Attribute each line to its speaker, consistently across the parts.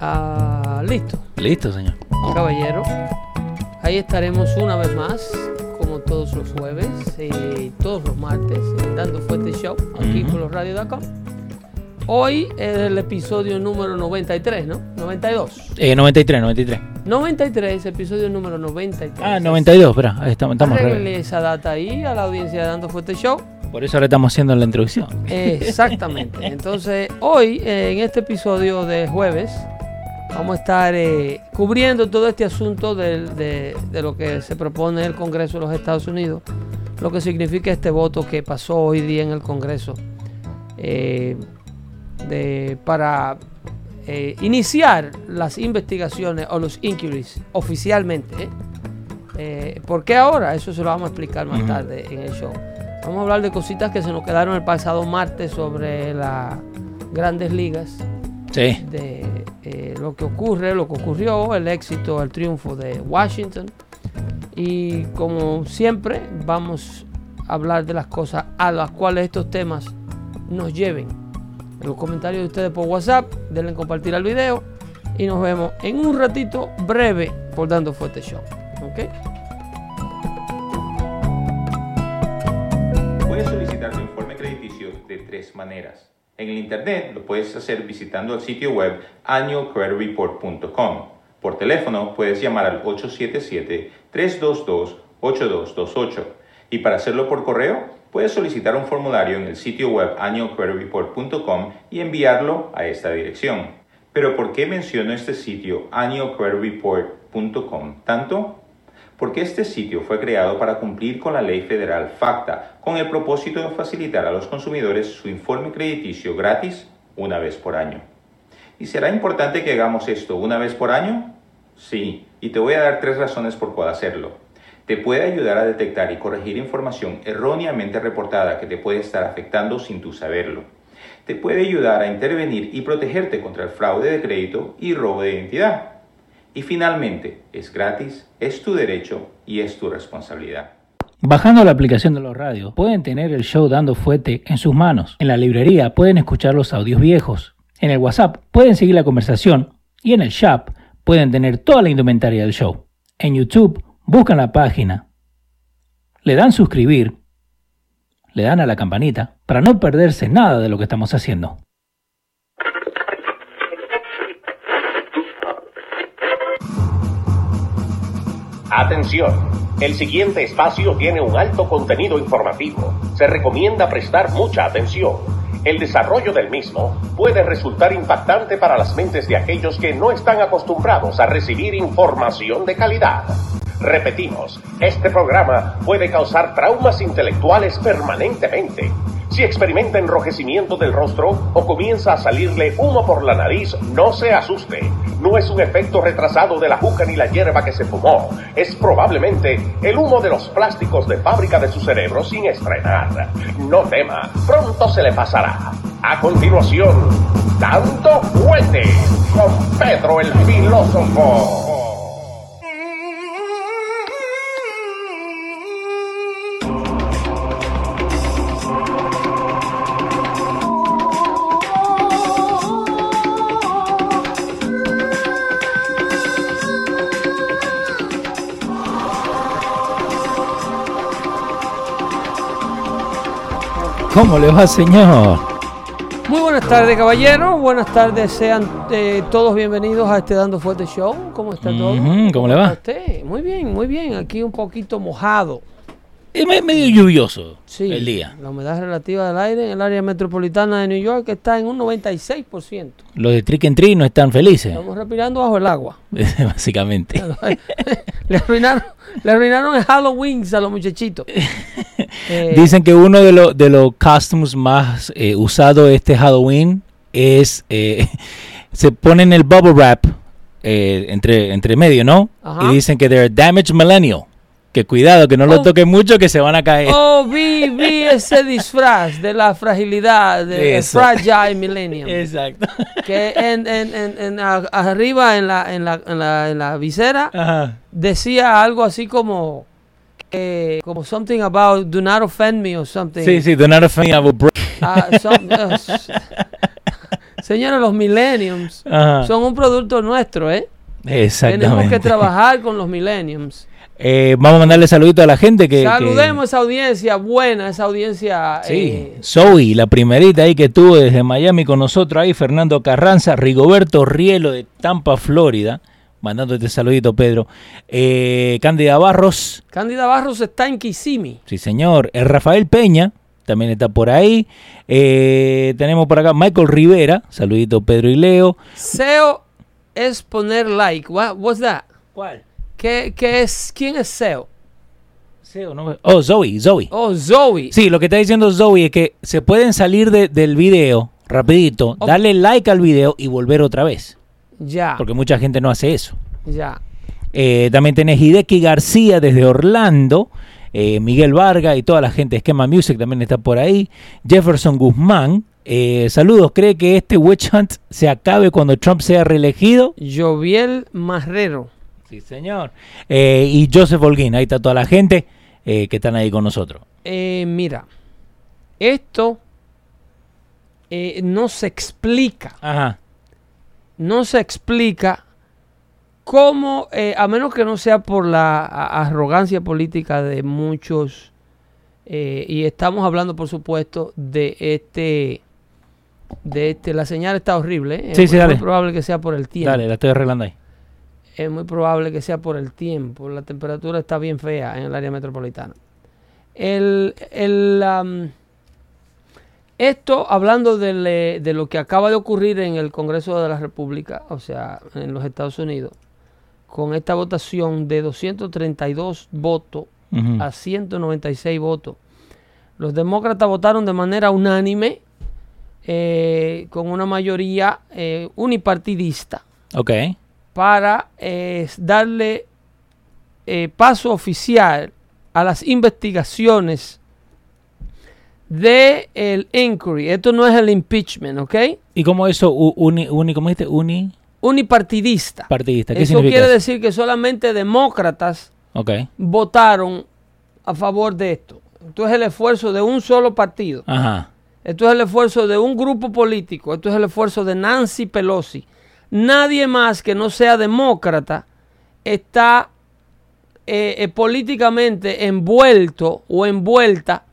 Speaker 1: Ah, listo,
Speaker 2: Listo, señor.
Speaker 1: caballero. Ahí estaremos una vez más, como todos los jueves, eh, todos los martes, en Dando Fuerte Show, aquí
Speaker 2: Ujú.
Speaker 1: por los radio.com. Hoy es el episodio número 93, ¿no? 92.
Speaker 2: Eh, 93, 93.
Speaker 1: 93, episodio número 93.
Speaker 2: Ah, 92, espera, ahí estamos, estamos re-
Speaker 1: Arréglele esa data ahí a la audiencia de Dando Fuerte Show.
Speaker 2: Por eso ahora estamos haciendo la introducción.
Speaker 1: Exactamente. Entonces, hoy, eh, en este episodio de jueves, vamos a estar eh, cubriendo todo este asunto del- de, de lo que se propone el Congreso de los Estados Unidos, lo que significa este voto que pasó hoy día en el Congreso eh, de- para eh, iniciar las investigaciones o los inquiries oficialmente. ¿eh? Eh, ¿Por qué ahora? Eso se lo vamos a explicar más
Speaker 2: Ujú.
Speaker 1: tarde en el show. Vamos a hablar de cositas que se nos quedaron el pasado martes sobre las grandes ligas,
Speaker 2: Sí.
Speaker 1: de eh, lo que ocurre, lo que ocurrió, el éxito, el triunfo de Washington. Y como siempre, vamos a hablar de las cosas a las cuales estos temas nos lleven. En los comentarios de ustedes por WhatsApp, denle compartir al video y nos vemos en un ratito breve por Dando Fuerte Show. ¿ok?
Speaker 3: Puedes solicitar tu informe crediticio de tres maneras. En el Internet lo puedes hacer visitando el sitio web annualcreditreport.com. Por teléfono puedes llamar al 877-322-8228. Y para hacerlo por correo, puedes solicitar un formulario en el sitio web annualcreditreport.com y enviarlo a esta dirección. Pero ¿por qué menciono este sitio annualcreditreport.com tanto? porque este sitio fue creado para cumplir con la ley federal FACTA, con el propósito de facilitar a los consumidores su informe crediticio gratis una vez por año. ¿Y será importante que hagamos esto una vez por año? Sí, y te voy a dar tres razones por cuál hacerlo. Te puede ayudar a detectar y corregir información erróneamente reportada que te puede estar afectando sin tú saberlo. Te puede ayudar a intervenir y protegerte contra el fraude de crédito y robo de identidad. Y finalmente, es gratis, es tu derecho y es tu responsabilidad.
Speaker 2: Bajando la aplicación de los radios, pueden tener el show dando fuete en sus manos. En la librería pueden escuchar los audios viejos. En el WhatsApp pueden seguir la conversación. Y en el shop pueden tener toda la indumentaria del show. En YouTube buscan la página. Le dan suscribir. Le dan a la campanita para no perderse nada de lo que estamos haciendo.
Speaker 4: Atención, el siguiente espacio tiene un alto contenido informativo. Se recomienda prestar mucha atención. El desarrollo del mismo puede resultar impactante para las mentes de aquellos que no están acostumbrados a recibir información de calidad. Repetimos, este programa puede causar traumas intelectuales permanentemente. Si experimenta enrojecimiento del rostro o comienza a salirle humo por la nariz, no se asuste. No es un efecto retrasado de la juca ni la hierba que se fumó. Es probablemente el humo de los plásticos de fábrica de su cerebro sin estrenar. No tema, pronto se le pasará. A continuación, Tanto Fuente con Pedro el Filósofo.
Speaker 2: ¿Cómo le va, señor?
Speaker 1: Muy buenas tardes, caballeros. Buenas tardes, sean eh, todos bienvenidos a este Dando Fuerte Show. ¿Cómo está todo?
Speaker 2: Ujú, ¿Cómo le
Speaker 1: ¿A
Speaker 2: va?
Speaker 1: usted? Muy bien, muy bien. Aquí un poquito mojado.
Speaker 2: Es me- medio lluvioso
Speaker 1: Sí,
Speaker 2: el día.
Speaker 1: La humedad relativa del aire en el área metropolitana de New York está en un 96%.
Speaker 2: Los de Trick and Treat no están felices,
Speaker 1: Estamos respirando bajo el agua.
Speaker 2: básicamente.
Speaker 1: le, arruinaron, le arruinaron el Halloween a los muchachitos. Eh,
Speaker 2: Dicen que uno de, los de los costumes más eh, usado este Halloween es. eh, se ponen el bubble wrap eh, entre, entre medio, ¿no?
Speaker 1: Ajá.
Speaker 2: Y dicen que they're damaged millennial. Que cuidado, que no lo
Speaker 1: Oh.
Speaker 2: toquen mucho, que se van a caer.
Speaker 1: Oh, vi, vi ese disfraz de la fragilidad, de, de
Speaker 2: Eso.
Speaker 1: Fragile Millennium.
Speaker 2: Exacto.
Speaker 1: que en, en- en- en a- arriba en la, en, la, en, la, en la visera
Speaker 2: Ajá.
Speaker 1: decía algo así como que, como something about do not offend me or something
Speaker 2: Sí, sí, do not offend, I will break.
Speaker 1: Ah, some- ah, s- Señores, los millenniums
Speaker 2: Ajá.
Speaker 1: son un producto nuestro, ¿eh?
Speaker 2: Exactamente.
Speaker 1: Tenemos que trabajar con los millenniums.
Speaker 2: Eh, vamos a mandarle saluditos a la gente que... que-
Speaker 1: Saludemos esa audiencia buena, esa audiencia...
Speaker 2: Sí,
Speaker 1: eh,
Speaker 2: Zoe, la primerita ahí que tuvo desde Miami con nosotros ahí, Fernando Carranza, Rigoberto Rielo de Tampa, Florida, mandándote saludito, Pedro. Eh, Cándida Barros,
Speaker 1: Cándida Barros está en Kissimmee.
Speaker 2: sí señor. Eh, Rafael Peña, también está por ahí. Eh, tenemos por acá Michael Rivera, saludito, Pedro y Leo.
Speaker 1: SEO es poner like. What, what's that?
Speaker 2: ¿Cuál?
Speaker 1: ¿Qué, qué es, ¿Quién es SEO?
Speaker 2: Oh, Zoe, Zoe.
Speaker 1: Oh, Zoe.
Speaker 2: Sí, lo que está diciendo Zoe es que se pueden salir de- del video rapidito,
Speaker 1: Ok.
Speaker 2: darle like al video y volver otra vez,
Speaker 1: Ya,
Speaker 2: porque mucha gente no hace eso.
Speaker 1: ya.
Speaker 2: Eh, también tenés Hideki García desde Orlando, eh, Miguel Vargas y toda la gente de Esquema Music también está por ahí. Jefferson Guzmán, eh, saludos, cree que este witch hunt se acabe cuando Trump sea reelegido.
Speaker 1: Joviel Marrero.
Speaker 2: Sí, señor. Eh, y Joseph Holguín, ahí está toda la gente eh, que están ahí con nosotros.
Speaker 1: Eh, mira, esto eh, no se explica.
Speaker 2: Ajá.
Speaker 1: No se explica cómo, eh, a menos que no sea por la a- arrogancia política de muchos, eh, y estamos hablando, por supuesto, de este, de este, la señal está horrible. ¿eh?
Speaker 2: Sí,
Speaker 1: es
Speaker 2: sí,
Speaker 1: muy
Speaker 2: dale.
Speaker 1: probable que sea por el tiempo.
Speaker 2: Dale, la estoy arreglando ahí.
Speaker 1: es muy probable que sea por el tiempo. La temperatura está bien fea en el área metropolitana. El, el, am, esto, hablando de, le- de lo que acaba de ocurrir en el Congreso de la República, o sea, en los Estados Unidos, con esta votación de 232 votos
Speaker 2: Ujú.
Speaker 1: a 196 votos. Los demócratas votaron de manera unánime, eh, con una mayoría eh, unipartidista,
Speaker 2: Ok.
Speaker 1: para eh, darle eh, paso oficial a las investigaciones de el inquiry. Esto no es el impeachment, ¿ok?
Speaker 2: ¿Y cómo eso, u- uni, uni, cómo dijiste? Unipartidista.
Speaker 1: Unipartidista.
Speaker 2: ¿Qué
Speaker 1: Eso
Speaker 2: significa?
Speaker 1: quiere
Speaker 2: eso?
Speaker 1: decir que solamente demócratas
Speaker 2: Ok.
Speaker 1: votaron a favor de esto. Esto es el esfuerzo de un solo partido.
Speaker 2: Ajá.
Speaker 1: Esto es el esfuerzo de un grupo político. Esto es el esfuerzo de Nancy Pelosi. Nadie más que no sea demócrata está eh, eh, políticamente envuelto o envuelta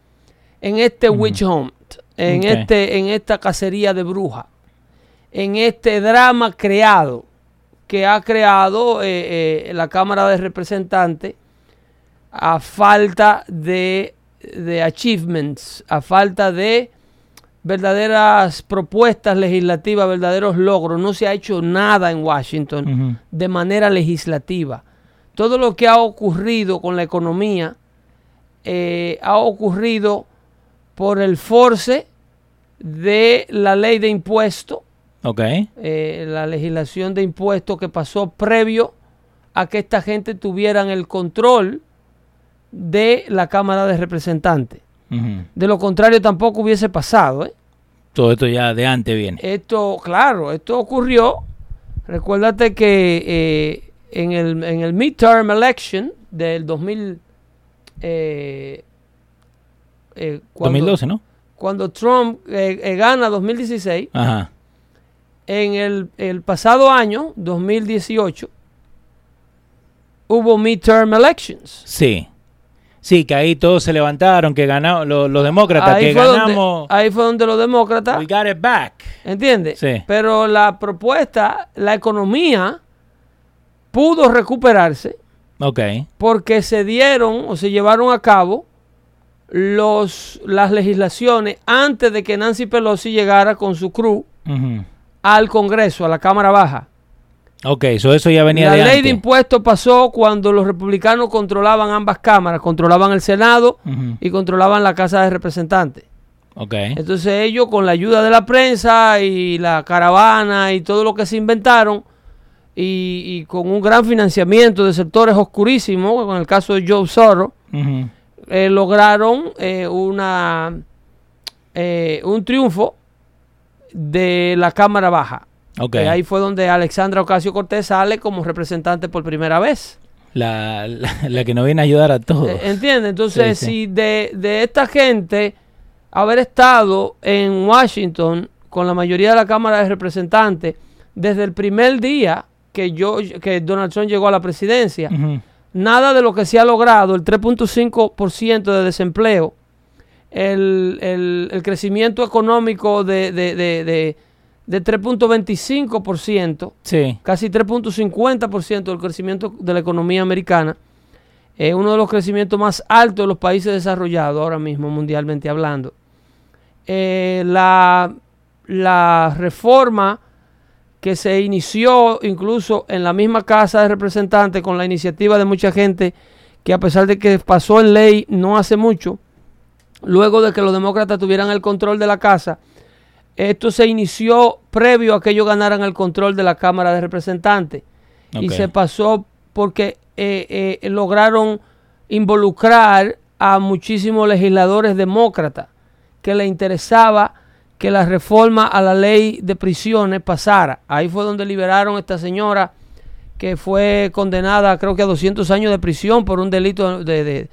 Speaker 1: en este witch hunt, en,
Speaker 2: Ok.
Speaker 1: este, en esta cacería de brujas, en este drama creado que ha creado eh, eh, la Cámara de Representantes a falta de, de achievements, a falta de verdaderas propuestas legislativas, verdaderos logros. No se ha hecho nada en Washington
Speaker 2: Ujú.
Speaker 1: de manera legislativa. Todo lo que ha ocurrido con la economía eh, ha ocurrido por el force de la ley de impuestos
Speaker 2: Ok.
Speaker 1: eh, la legislación de impuestos que pasó previo a que esta gente tuvieran el control de la Cámara de Representantes.
Speaker 2: Ujú.
Speaker 1: De lo contrario tampoco hubiese pasado. ¿eh?
Speaker 2: Todo esto ya de antes viene.
Speaker 1: Esto, claro, esto ocurrió. Recuérdate que eh, en, el, en el midterm election del 2000, eh, eh, cuando,
Speaker 2: 2012, ¿no?
Speaker 1: cuando Trump eh, eh, gana 2016,
Speaker 2: Ajá.
Speaker 1: en el, el pasado año, 2018, hubo midterm elections.
Speaker 2: Sí. Sí, que ahí todos se levantaron, que ganaron los, los demócratas, que
Speaker 1: fue donde-
Speaker 2: ganamos.
Speaker 1: ahí fue donde los demócratas,
Speaker 2: We got it back.
Speaker 1: ¿entiendes?
Speaker 2: Sí.
Speaker 1: Pero la propuesta, la economía pudo recuperarse
Speaker 2: Ok.
Speaker 1: porque se dieron o se llevaron a cabo los, las legislaciones antes de que Nancy Pelosi llegara con su crew
Speaker 2: Ujú.
Speaker 1: al Congreso, a la Cámara Baja.
Speaker 2: Ok, so eso ya venía
Speaker 1: la
Speaker 2: de
Speaker 1: ley
Speaker 2: antes.
Speaker 1: de impuestos pasó cuando los republicanos controlaban ambas cámaras, controlaban el Senado
Speaker 2: Ujú.
Speaker 1: y controlaban la Casa de Representantes.
Speaker 2: Ok.
Speaker 1: Entonces ellos con la ayuda de la prensa y la caravana y todo lo que se inventaron y, y con un gran financiamiento de sectores oscurísimos, con el caso de Joe Soros,
Speaker 2: Ujú.
Speaker 1: eh, lograron eh, una eh, un triunfo de la Cámara Baja.
Speaker 2: Ok.
Speaker 1: Y eh, ahí fue donde Alexandra Ocasio Cortés sale como representante por primera vez.
Speaker 2: La, la- la que nos viene a ayudar a todos.
Speaker 1: Eh, ¿Entiendes? Entonces,
Speaker 2: Sí, sí.
Speaker 1: si de, de esta gente haber estado en Washington con la mayoría de la Cámara de Representantes desde el primer día que, yo, que Donald Trump llegó a la presidencia.
Speaker 2: Ujú.
Speaker 1: Nada de lo que se ha logrado, el 3.5% de desempleo, el, el- el crecimiento económico de, de, de, de, de 3.25%,
Speaker 2: Sí.
Speaker 1: casi 3.50% del crecimiento de la economía americana, es uno de los crecimientos más altos de los países desarrollados ahora mismo, mundialmente hablando. Eh, la, la reforma que se inició incluso en la misma Casa de Representantes con la iniciativa de mucha gente que a pesar de que pasó en ley no hace mucho, luego de que los demócratas tuvieran el control de la casa, esto se inició previo a que ellos ganaran el control de la Cámara de Representantes. Y
Speaker 2: Ok.
Speaker 1: se pasó porque eh, eh, lograron involucrar a muchísimos legisladores demócratas que le interesaba que la reforma a la ley de prisiones pasara. Ahí fue donde liberaron a esta señora que fue condenada creo que a 200 años de prisión por un delito de, de-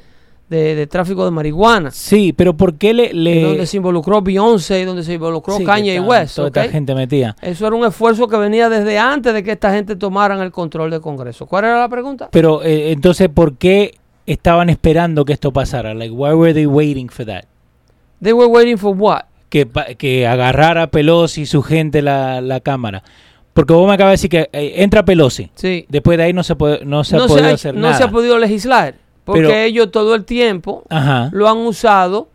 Speaker 1: de- de tráfico de marihuana,
Speaker 2: Sí, pero ¿por qué le... le-
Speaker 1: donde se involucró Beyoncé, donde se involucró
Speaker 2: Sí, que
Speaker 1: Kanye
Speaker 2: tan-
Speaker 1: West.
Speaker 2: Toda
Speaker 1: ¿ok?
Speaker 2: esta gente metida.
Speaker 1: Eso era un esfuerzo que venía desde antes de que esta gente tomaran el control del Congreso. ¿Cuál era la pregunta?
Speaker 2: Pero eh, entonces, ¿por qué estaban esperando que esto pasara? Like, why were they waiting for that?
Speaker 1: They were waiting for what?
Speaker 2: Que, pa- que agarrara Pelosi y su gente la, la cámara. Porque vos me acabas de decir que eh, entra Pelosi.
Speaker 1: Sí.
Speaker 2: Después de ahí no se, puede- no se ha
Speaker 1: no, se
Speaker 2: podido
Speaker 1: ha,
Speaker 2: hacer
Speaker 1: no
Speaker 2: nada.
Speaker 1: se ha podido legislar porque
Speaker 2: Pero-
Speaker 1: ellos todo el tiempo
Speaker 2: Ajá.
Speaker 1: lo han usado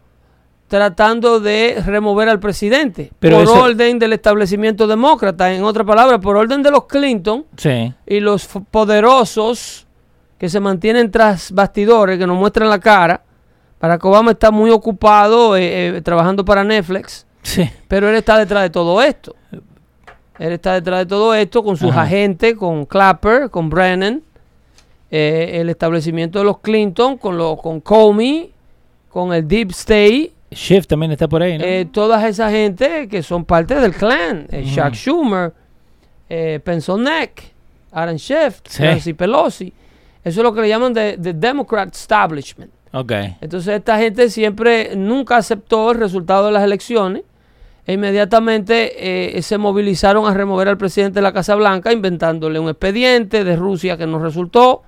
Speaker 1: tratando de remover al presidente
Speaker 2: Pero
Speaker 1: por
Speaker 2: eso-
Speaker 1: orden del establecimiento demócrata, en otras palabras, por orden de los Clinton
Speaker 2: Sí.
Speaker 1: y los f- poderosos que se mantienen tras bastidores, que nos muestran la cara. Barack Obama está muy ocupado eh, eh, trabajando para Netflix,
Speaker 2: Sí.
Speaker 1: pero él está detrás de todo esto. Él está detrás de todo esto con sus
Speaker 2: Ajá.
Speaker 1: agentes, con Clapper, con Brennan, eh, el establecimiento de los Clinton, con, los con Comey, con el Deep State,
Speaker 2: Schiff también está por ahí, ¿no?
Speaker 1: eh, todas esas gente que son parte del clan, eh,
Speaker 2: Ujú.
Speaker 1: Chuck Schumer, eh, Pensonek, Aaron Schiff,
Speaker 2: Sí.
Speaker 1: Nancy Pelosi. Eso es lo que le llaman the, the Democrat Establishment.
Speaker 2: ok.
Speaker 1: Entonces esta gente siempre nunca aceptó el resultado de las elecciones e inmediatamente eh, se movilizaron a remover al presidente de la Casa Blanca inventándole un expediente de Rusia que no resultó,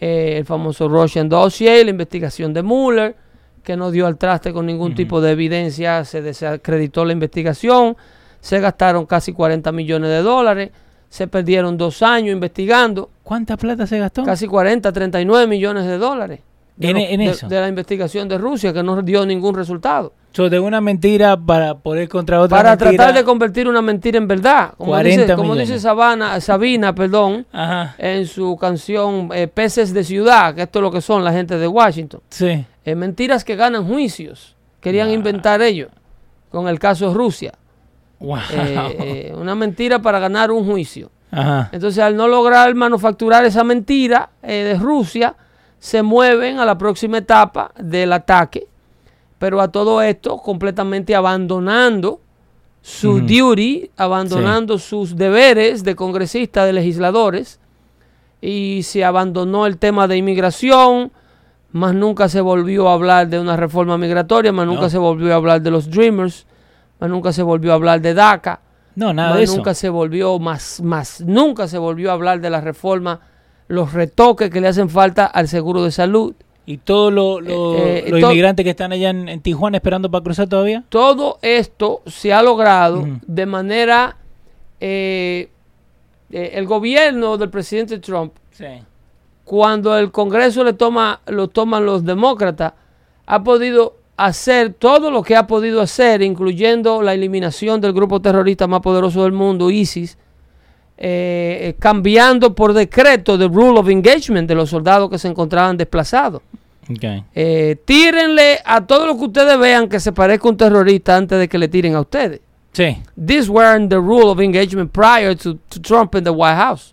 Speaker 1: eh, el famoso Russian dossier, la investigación de Mueller que no dio al traste con ningún tipo de evidencia, se desacreditó la investigación, se gastaron casi 40 millones de dólares, se perdieron dos años investigando.
Speaker 2: ¿Cuánta plata se gastó?
Speaker 1: Casi 40, 39 millones de dólares. De,
Speaker 2: En- e-,
Speaker 1: lo-
Speaker 2: en
Speaker 1: de-
Speaker 2: eso.
Speaker 1: de la investigación de Rusia, que no dio ningún resultado.
Speaker 2: So, de una mentira para poder contra otra
Speaker 1: Para
Speaker 2: mentira.
Speaker 1: tratar de convertir una mentira en verdad. Como
Speaker 2: 40
Speaker 1: dice, como dice
Speaker 2: millones.
Speaker 1: Sabana, Sabina perdón,
Speaker 2: Ajá.
Speaker 1: en su canción eh, Peces de Ciudad, que esto es lo que son la gente de Washington.
Speaker 2: Sí.
Speaker 1: Eh, mentiras que ganan juicios. Querían
Speaker 2: Nah.
Speaker 1: inventar ellos con el caso Rusia.
Speaker 2: Wow.
Speaker 1: Eh, eh, una mentira para ganar un juicio.
Speaker 2: Ajá.
Speaker 1: Entonces, al no lograr manufacturar esa mentira eh, de Rusia, se mueven a la próxima etapa del ataque, pero a todo esto completamente abandonando su
Speaker 2: Ujú.
Speaker 1: duty, abandonando sus deberes de congresistas, de legisladores, y se abandonó el tema de inmigración, más nunca se volvió a hablar de una reforma migratoria, más nunca
Speaker 2: No.
Speaker 1: se volvió a hablar de los Dreamers, más nunca se volvió a hablar de DACA.
Speaker 2: No, nada
Speaker 1: Más
Speaker 2: de eso.
Speaker 1: nunca se volvió más más nunca se volvió a hablar de la reforma los retoques que le hacen falta al seguro de salud
Speaker 2: ¿Y todos los los-
Speaker 1: Eh, eh,
Speaker 2: los
Speaker 1: to-
Speaker 2: inmigrantes que están allá en, en Tijuana esperando para cruzar todavía?
Speaker 1: todo esto se ha logrado
Speaker 2: Ujú.
Speaker 1: de manera eh, eh, el gobierno del presidente Trump
Speaker 2: Sí.
Speaker 1: cuando el Congreso le toma lo toman los demócratas ha podido hacer todo lo que ha podido hacer incluyendo la eliminación del grupo terrorista más poderoso del mundo ISIS eh, eh, cambiando por decreto the rule of engagement de los soldados que se encontraban desplazados.
Speaker 2: Ok.
Speaker 1: Eh, tírenle a todo lo que ustedes vean que se parezca a un terrorista antes de que le tiren a ustedes.
Speaker 2: Sí.
Speaker 1: These weren't the rule of engagement prior to, to Trump in the White House.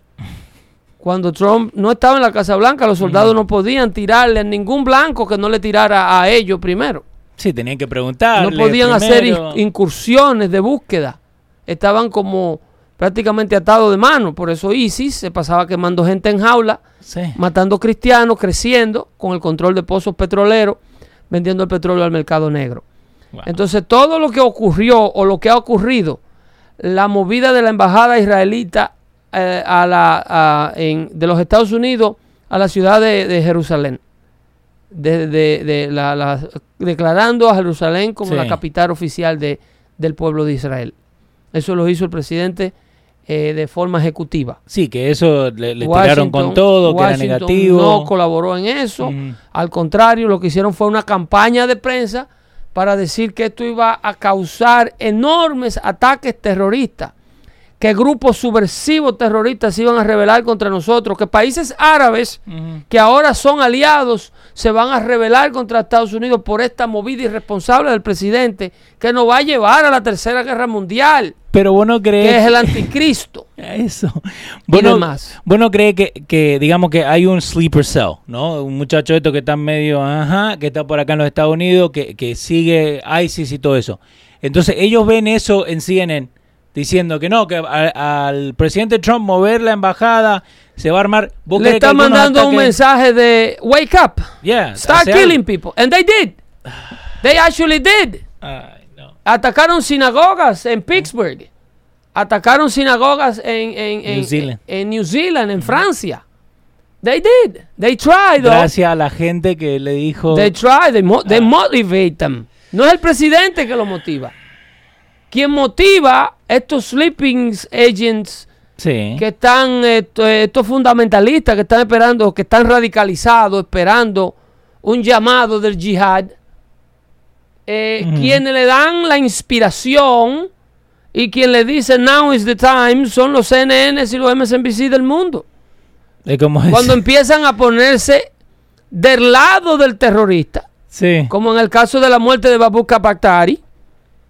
Speaker 1: Cuando Trump no estaba en la Casa Blanca, los soldados no podían tirarle a ningún blanco que no le tirara a ellos primero.
Speaker 2: Sí, tenían que preguntar.
Speaker 1: No podían hacer in- incursiones de búsqueda. Estaban como prácticamente atados de mano. Por eso ISIS se pasaba quemando gente en jaula,
Speaker 2: Sí.
Speaker 1: matando cristianos, creciendo con el control de pozos petroleros, vendiendo el petróleo al mercado negro.
Speaker 2: Wow.
Speaker 1: Entonces, todo lo que ocurrió o lo que ha ocurrido, la movida de la embajada israelita eh, a la, a- en- de los Estados Unidos a la ciudad de, de Jerusalén, de, de- de la- la- declarando a Jerusalén como
Speaker 2: Sí.
Speaker 1: la capital oficial de, del pueblo de Israel. Eso lo hizo el presidente eh, de forma ejecutiva.
Speaker 2: Sí, que eso le, le tiraron
Speaker 1: Washington-
Speaker 2: con todo, que era
Speaker 1: Washington
Speaker 2: negativo.
Speaker 1: No colaboró en eso.
Speaker 2: Ujú.
Speaker 1: Al contrario, lo que hicieron fue una campaña de prensa para decir que esto iba a causar enormes ataques terroristas, que grupos subversivos terroristas se iban a rebelar contra nosotros, que países árabes
Speaker 2: Ujú.
Speaker 1: que ahora son aliados se van a rebelar contra Estados Unidos por esta movida irresponsable del presidente que nos va a llevar a la Tercera Guerra Mundial,
Speaker 2: Pero vos no crees.
Speaker 1: que es el anticristo.
Speaker 2: Eso. Bueno,
Speaker 1: demás.
Speaker 2: bueno cree que, que, digamos que hay un sleeper cell, ¿no? Un muchacho esto que está medio, ajá, que está por acá en los Estados Unidos, que, que sigue ISIS y todo eso. Entonces ellos ven eso en CNN, diciendo que no, que a- al presidente Trump mover la embajada se va a armar. ¿Vos
Speaker 1: Le
Speaker 2: crees que
Speaker 1: está
Speaker 2: algunos
Speaker 1: mandando un
Speaker 2: ataques-
Speaker 1: mensaje de wake up.
Speaker 2: Yeah,
Speaker 1: Start
Speaker 2: hace algo.
Speaker 1: killing people. And they did. They actually did.
Speaker 2: Ay, no.
Speaker 1: Atacaron sinagogas en Pittsburgh. Atacaron sinagogas en, en, en-
Speaker 2: New Zealand. Mm-hmm.
Speaker 1: en New Zealand, en Francia. They did. They tried. though.
Speaker 2: Gracias Ah. a la gente que le dijo.
Speaker 1: They tried. They, mo- they motivate them. No es el presidente que lo motiva. Quien motiva estos sleeping agents
Speaker 2: sí.
Speaker 1: que están eh, esto- estos fundamentalistas que están esperando, que están radicalizados, esperando un llamado del yihad, eh, quienes le dan la inspiración y quien le dice now is the time son los CNNs y los MSNBC del mundo.
Speaker 2: Es como es-
Speaker 1: Cuando em- empiezan a ponerse del lado del terrorista,
Speaker 2: sí.
Speaker 1: como en el caso de la muerte de Babu Pakhtari,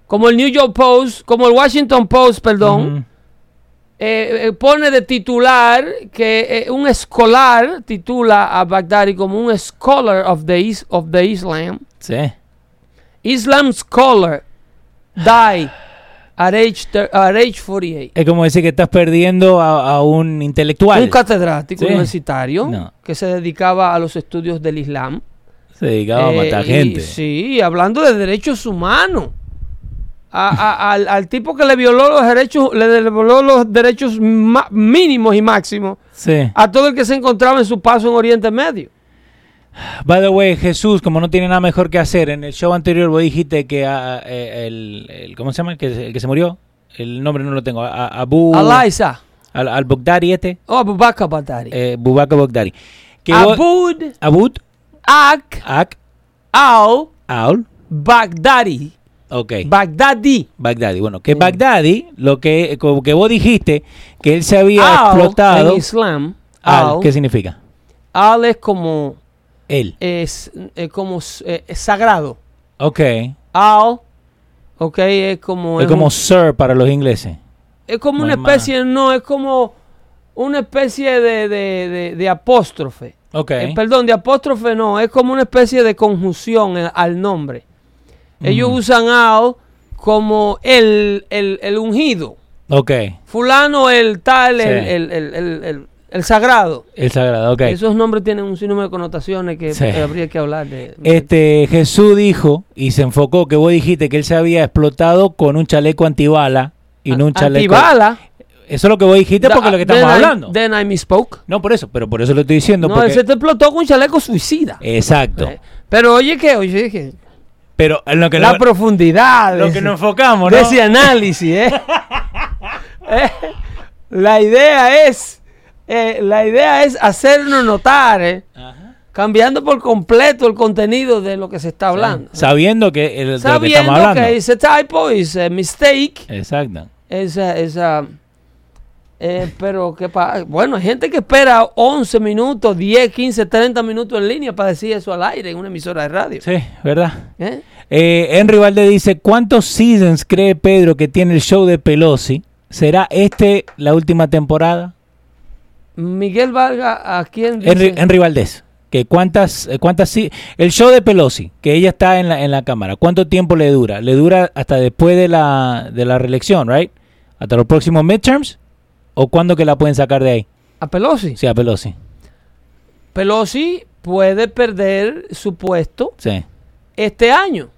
Speaker 1: como el New York Post, como el Washington Post, perdón,
Speaker 2: Ujú.
Speaker 1: eh, eh, pone de titular que eh, un escolar titula a Baghdadi como un scholar of the, is- of the Islam.
Speaker 2: Sí.
Speaker 1: Islam scholar die at age, thir- at age 48.
Speaker 2: Es como decir que estás perdiendo a, a un intelectual.
Speaker 1: Un catedrático
Speaker 2: Sí.
Speaker 1: universitario
Speaker 2: No.
Speaker 1: que se dedicaba a los estudios del Islam.
Speaker 2: Se dedicaba
Speaker 1: Eh,
Speaker 2: a matar
Speaker 1: y-
Speaker 2: gente.
Speaker 1: Sí, hablando de derechos humanos. A- a- al, al tipo que le violó los derechos, le violó los derechos ma- mínimos y máximos
Speaker 2: Sí.
Speaker 1: a todo el que se encontraba en su paso en Oriente Medio.
Speaker 2: By the way, Jesús, como no tiene nada mejor que hacer, en el show anterior vos dijiste que ah, eh, el, el- ¿Cómo se llama? El que, el que se murió. El nombre no lo tengo. A- a- Abu.
Speaker 1: Eliza,
Speaker 2: Al, al Baghdadi este.
Speaker 1: o Abu Bakr Baghdadi.
Speaker 2: Eh, Bubaka Baghdadi. Que vos-
Speaker 1: Abud
Speaker 2: Abud.
Speaker 1: Ak
Speaker 2: Ak.
Speaker 1: Al
Speaker 2: Aul.
Speaker 1: Baghdadi.
Speaker 2: Ok.
Speaker 1: Baghdadi.
Speaker 2: Baghdadi. Bueno,
Speaker 1: Mm.
Speaker 2: que Baghdadi, lo que, como que vos dijiste, que él se había
Speaker 1: Al,
Speaker 2: explotado.
Speaker 1: en Islam.
Speaker 2: Al,
Speaker 1: Al,
Speaker 2: ¿Qué significa?
Speaker 1: Al es como
Speaker 2: Él.
Speaker 1: es, eh, como s- eh, es sagrado.
Speaker 2: Ok.
Speaker 1: Al, ok, es como
Speaker 2: es como
Speaker 1: un-
Speaker 2: Sir para los ingleses.
Speaker 1: es como una
Speaker 2: hermana.
Speaker 1: especie, no, es como una especie de, de, de- de apóstrofe.
Speaker 2: Ok.
Speaker 1: Eh, perdón, de apóstrofe no, es como una especie de conjunción eh, al nombre. Ellos usan al como el, el, el ungido.
Speaker 2: Ok.
Speaker 1: Fulano, el tal, el,
Speaker 2: Sí.
Speaker 1: el, el, el, el- el sagrado.
Speaker 2: El sagrado, ok.
Speaker 1: Esos nombres tienen un sinnúmero de connotaciones que
Speaker 2: Sí.
Speaker 1: eh, habría que hablar de.
Speaker 2: Este, Jesús dijo y se enfocó que vos dijiste que él se había explotado con un chaleco antibala y no un chaleco.
Speaker 1: Antibala.
Speaker 2: Eso es lo que vos dijiste porque es lo que estamos
Speaker 1: Then I-
Speaker 2: hablando.
Speaker 1: then I misspoke.
Speaker 2: No, por eso, pero por eso lo estoy
Speaker 1: No,
Speaker 2: diciendo. porque-
Speaker 1: se te explotó con un chaleco suicida.
Speaker 2: Exacto.
Speaker 1: Eh, Pero oye que, oye que.
Speaker 2: Pero en lo que,
Speaker 1: la
Speaker 2: no-
Speaker 1: profundidad.
Speaker 2: lo
Speaker 1: de-
Speaker 2: que nos enfocamos, ¿no?
Speaker 1: de ese análisis, ¿eh? Eh, La idea es, eh, la idea es hacernos notar, ¿eh?
Speaker 2: Ajá.
Speaker 1: cambiando por completo el contenido de lo que se está hablando.
Speaker 2: Sabiendo que el- de lo que estamos
Speaker 1: Sabiendo
Speaker 2: hablando.
Speaker 1: que es typo, es mistake,
Speaker 2: Exacto.
Speaker 1: esa, esa, eh, pero que pa- bueno, hay gente que espera 11 minutos, 10, 15, 30 minutos en línea para decir eso al aire en una emisora de radio.
Speaker 2: Sí, ¿verdad?
Speaker 1: ¿eh?
Speaker 2: Eh, Henry Valde dice, ¿cuántos seasons cree Pedro que tiene el show de Pelosi? ¿Será este la última temporada?
Speaker 1: Miguel Vargas, ¿a quién dice?
Speaker 2: Henry, Henry Valdés, que cuántas, eh, cuántas sí- el show de Pelosi, que ella está en la, en la cámara, ¿cuánto tiempo le dura? ¿Le dura hasta después de la, de la reelección, right? ¿Hasta los próximos midterms? ¿O cuándo que la pueden sacar de ahí?
Speaker 1: ¿A Pelosi?
Speaker 2: Sí, a Pelosi.
Speaker 1: Pelosi puede perder su puesto
Speaker 2: Sí.
Speaker 1: este año,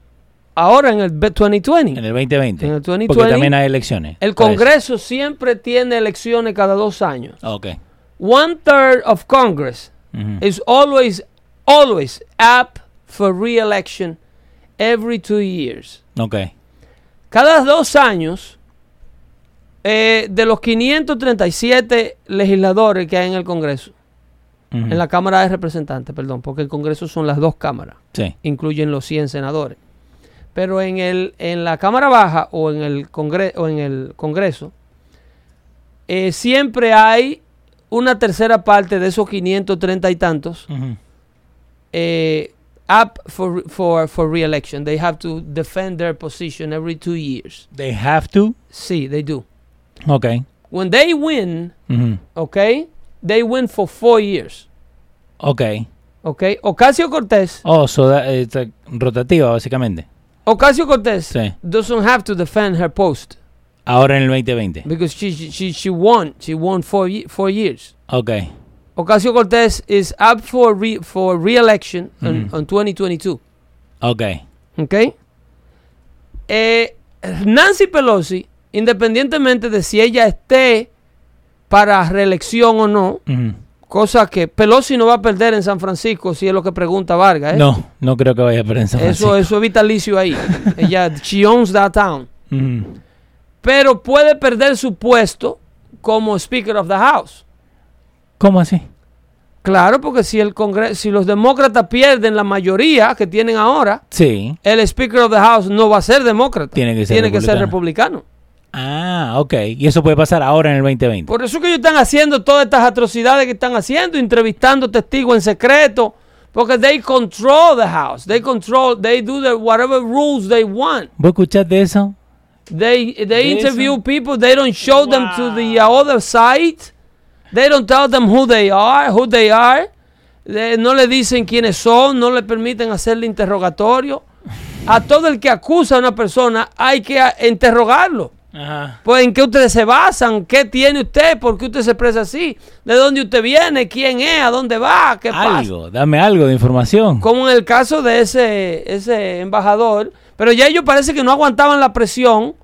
Speaker 1: ahora en el 2020.
Speaker 2: En el 2020.
Speaker 1: En el 2020.
Speaker 2: Porque también hay elecciones.
Speaker 1: El
Speaker 2: Por eso.
Speaker 1: Congreso siempre tiene elecciones cada dos años.
Speaker 2: Ah, Ok.
Speaker 1: One third of Congress
Speaker 2: Ujú.
Speaker 1: is always, always up for re-election every two years.
Speaker 2: Ok.
Speaker 1: Cada dos años, eh, de los 537 legisladores que hay en el Congreso,
Speaker 2: Ujú.
Speaker 1: en la Cámara de Representantes, perdón, porque el Congreso son las dos cámaras,
Speaker 2: Sí.
Speaker 1: incluyen los 100 senadores. Pero en, el, en la Cámara Baja o en el, congre- o en el Congreso, eh, siempre hay una tercera parte de esos 530 y tantos
Speaker 2: Ujú.
Speaker 1: eh, up for, for, for re-election. They have to defend their position every two years.
Speaker 2: They have to.
Speaker 1: Sí, they do.
Speaker 2: Ok.
Speaker 1: When they win,
Speaker 2: Ujú.
Speaker 1: okay, they win for four years.
Speaker 2: Ok.
Speaker 1: Okay, Ocasio Cortez,
Speaker 2: Oh, so that- eh, está rotativa, básicamente.
Speaker 1: Ocasio Cortez
Speaker 2: Sí.
Speaker 1: doesn't have to defend her post
Speaker 2: Ahora en el 2020.
Speaker 1: because she she she, she won. She won four ye- four years.
Speaker 2: Ok.
Speaker 1: Ocasio Cortez is up for re for re-election
Speaker 2: Mm-hmm.
Speaker 1: on, on 2022.
Speaker 2: Ok.
Speaker 1: Okay. Eh, Nancy Pelosi, independientemente de si ella esté para reelección o no,
Speaker 2: Ujú.
Speaker 1: cosa que Pelosi no va a perder en San Francisco, si es lo que pregunta Vargas. ¿eh?
Speaker 2: No, no creo que vaya a perder en San
Speaker 1: Eso,
Speaker 2: Francisco.
Speaker 1: eso es vitalicio ahí. Ella, she owns that town.
Speaker 2: Ujú.
Speaker 1: Pero puede perder su puesto como Speaker of the House.
Speaker 2: ¿Cómo así?
Speaker 1: Claro, porque si el Congreso, si los demócratas pierden la mayoría que tienen ahora,
Speaker 2: Sí.
Speaker 1: el Speaker of the House no va a ser demócrata.
Speaker 2: Tiene que ser
Speaker 1: republicano.
Speaker 2: Ah, ok. Y eso puede pasar ahora en el 2020.
Speaker 1: Por eso que ellos están haciendo todas estas atrocidades que están haciendo, entrevistando testigos en secreto, porque they control the house, they control, they do the whatever rules they want.
Speaker 2: ¿Vos escuchaste eso?
Speaker 1: They they
Speaker 2: De
Speaker 1: interview
Speaker 2: eso.
Speaker 1: people. They don't show them to the uh, other side. They don't tell them who they are, who they are. They- no le dicen quiénes son. No le permiten hacerle interrogatorio. A todo el que acusa a una persona hay que ah, interrogarlo.
Speaker 2: Ajá.
Speaker 1: Pues en qué ustedes se basan, qué tiene usted, por qué usted se expresa así, de dónde usted viene, quién es, a dónde va, qué pasa
Speaker 2: Algo, dame algo de información.
Speaker 1: como en el caso de ese, ese embajador, pero ya ellos parece que no aguantaban la presión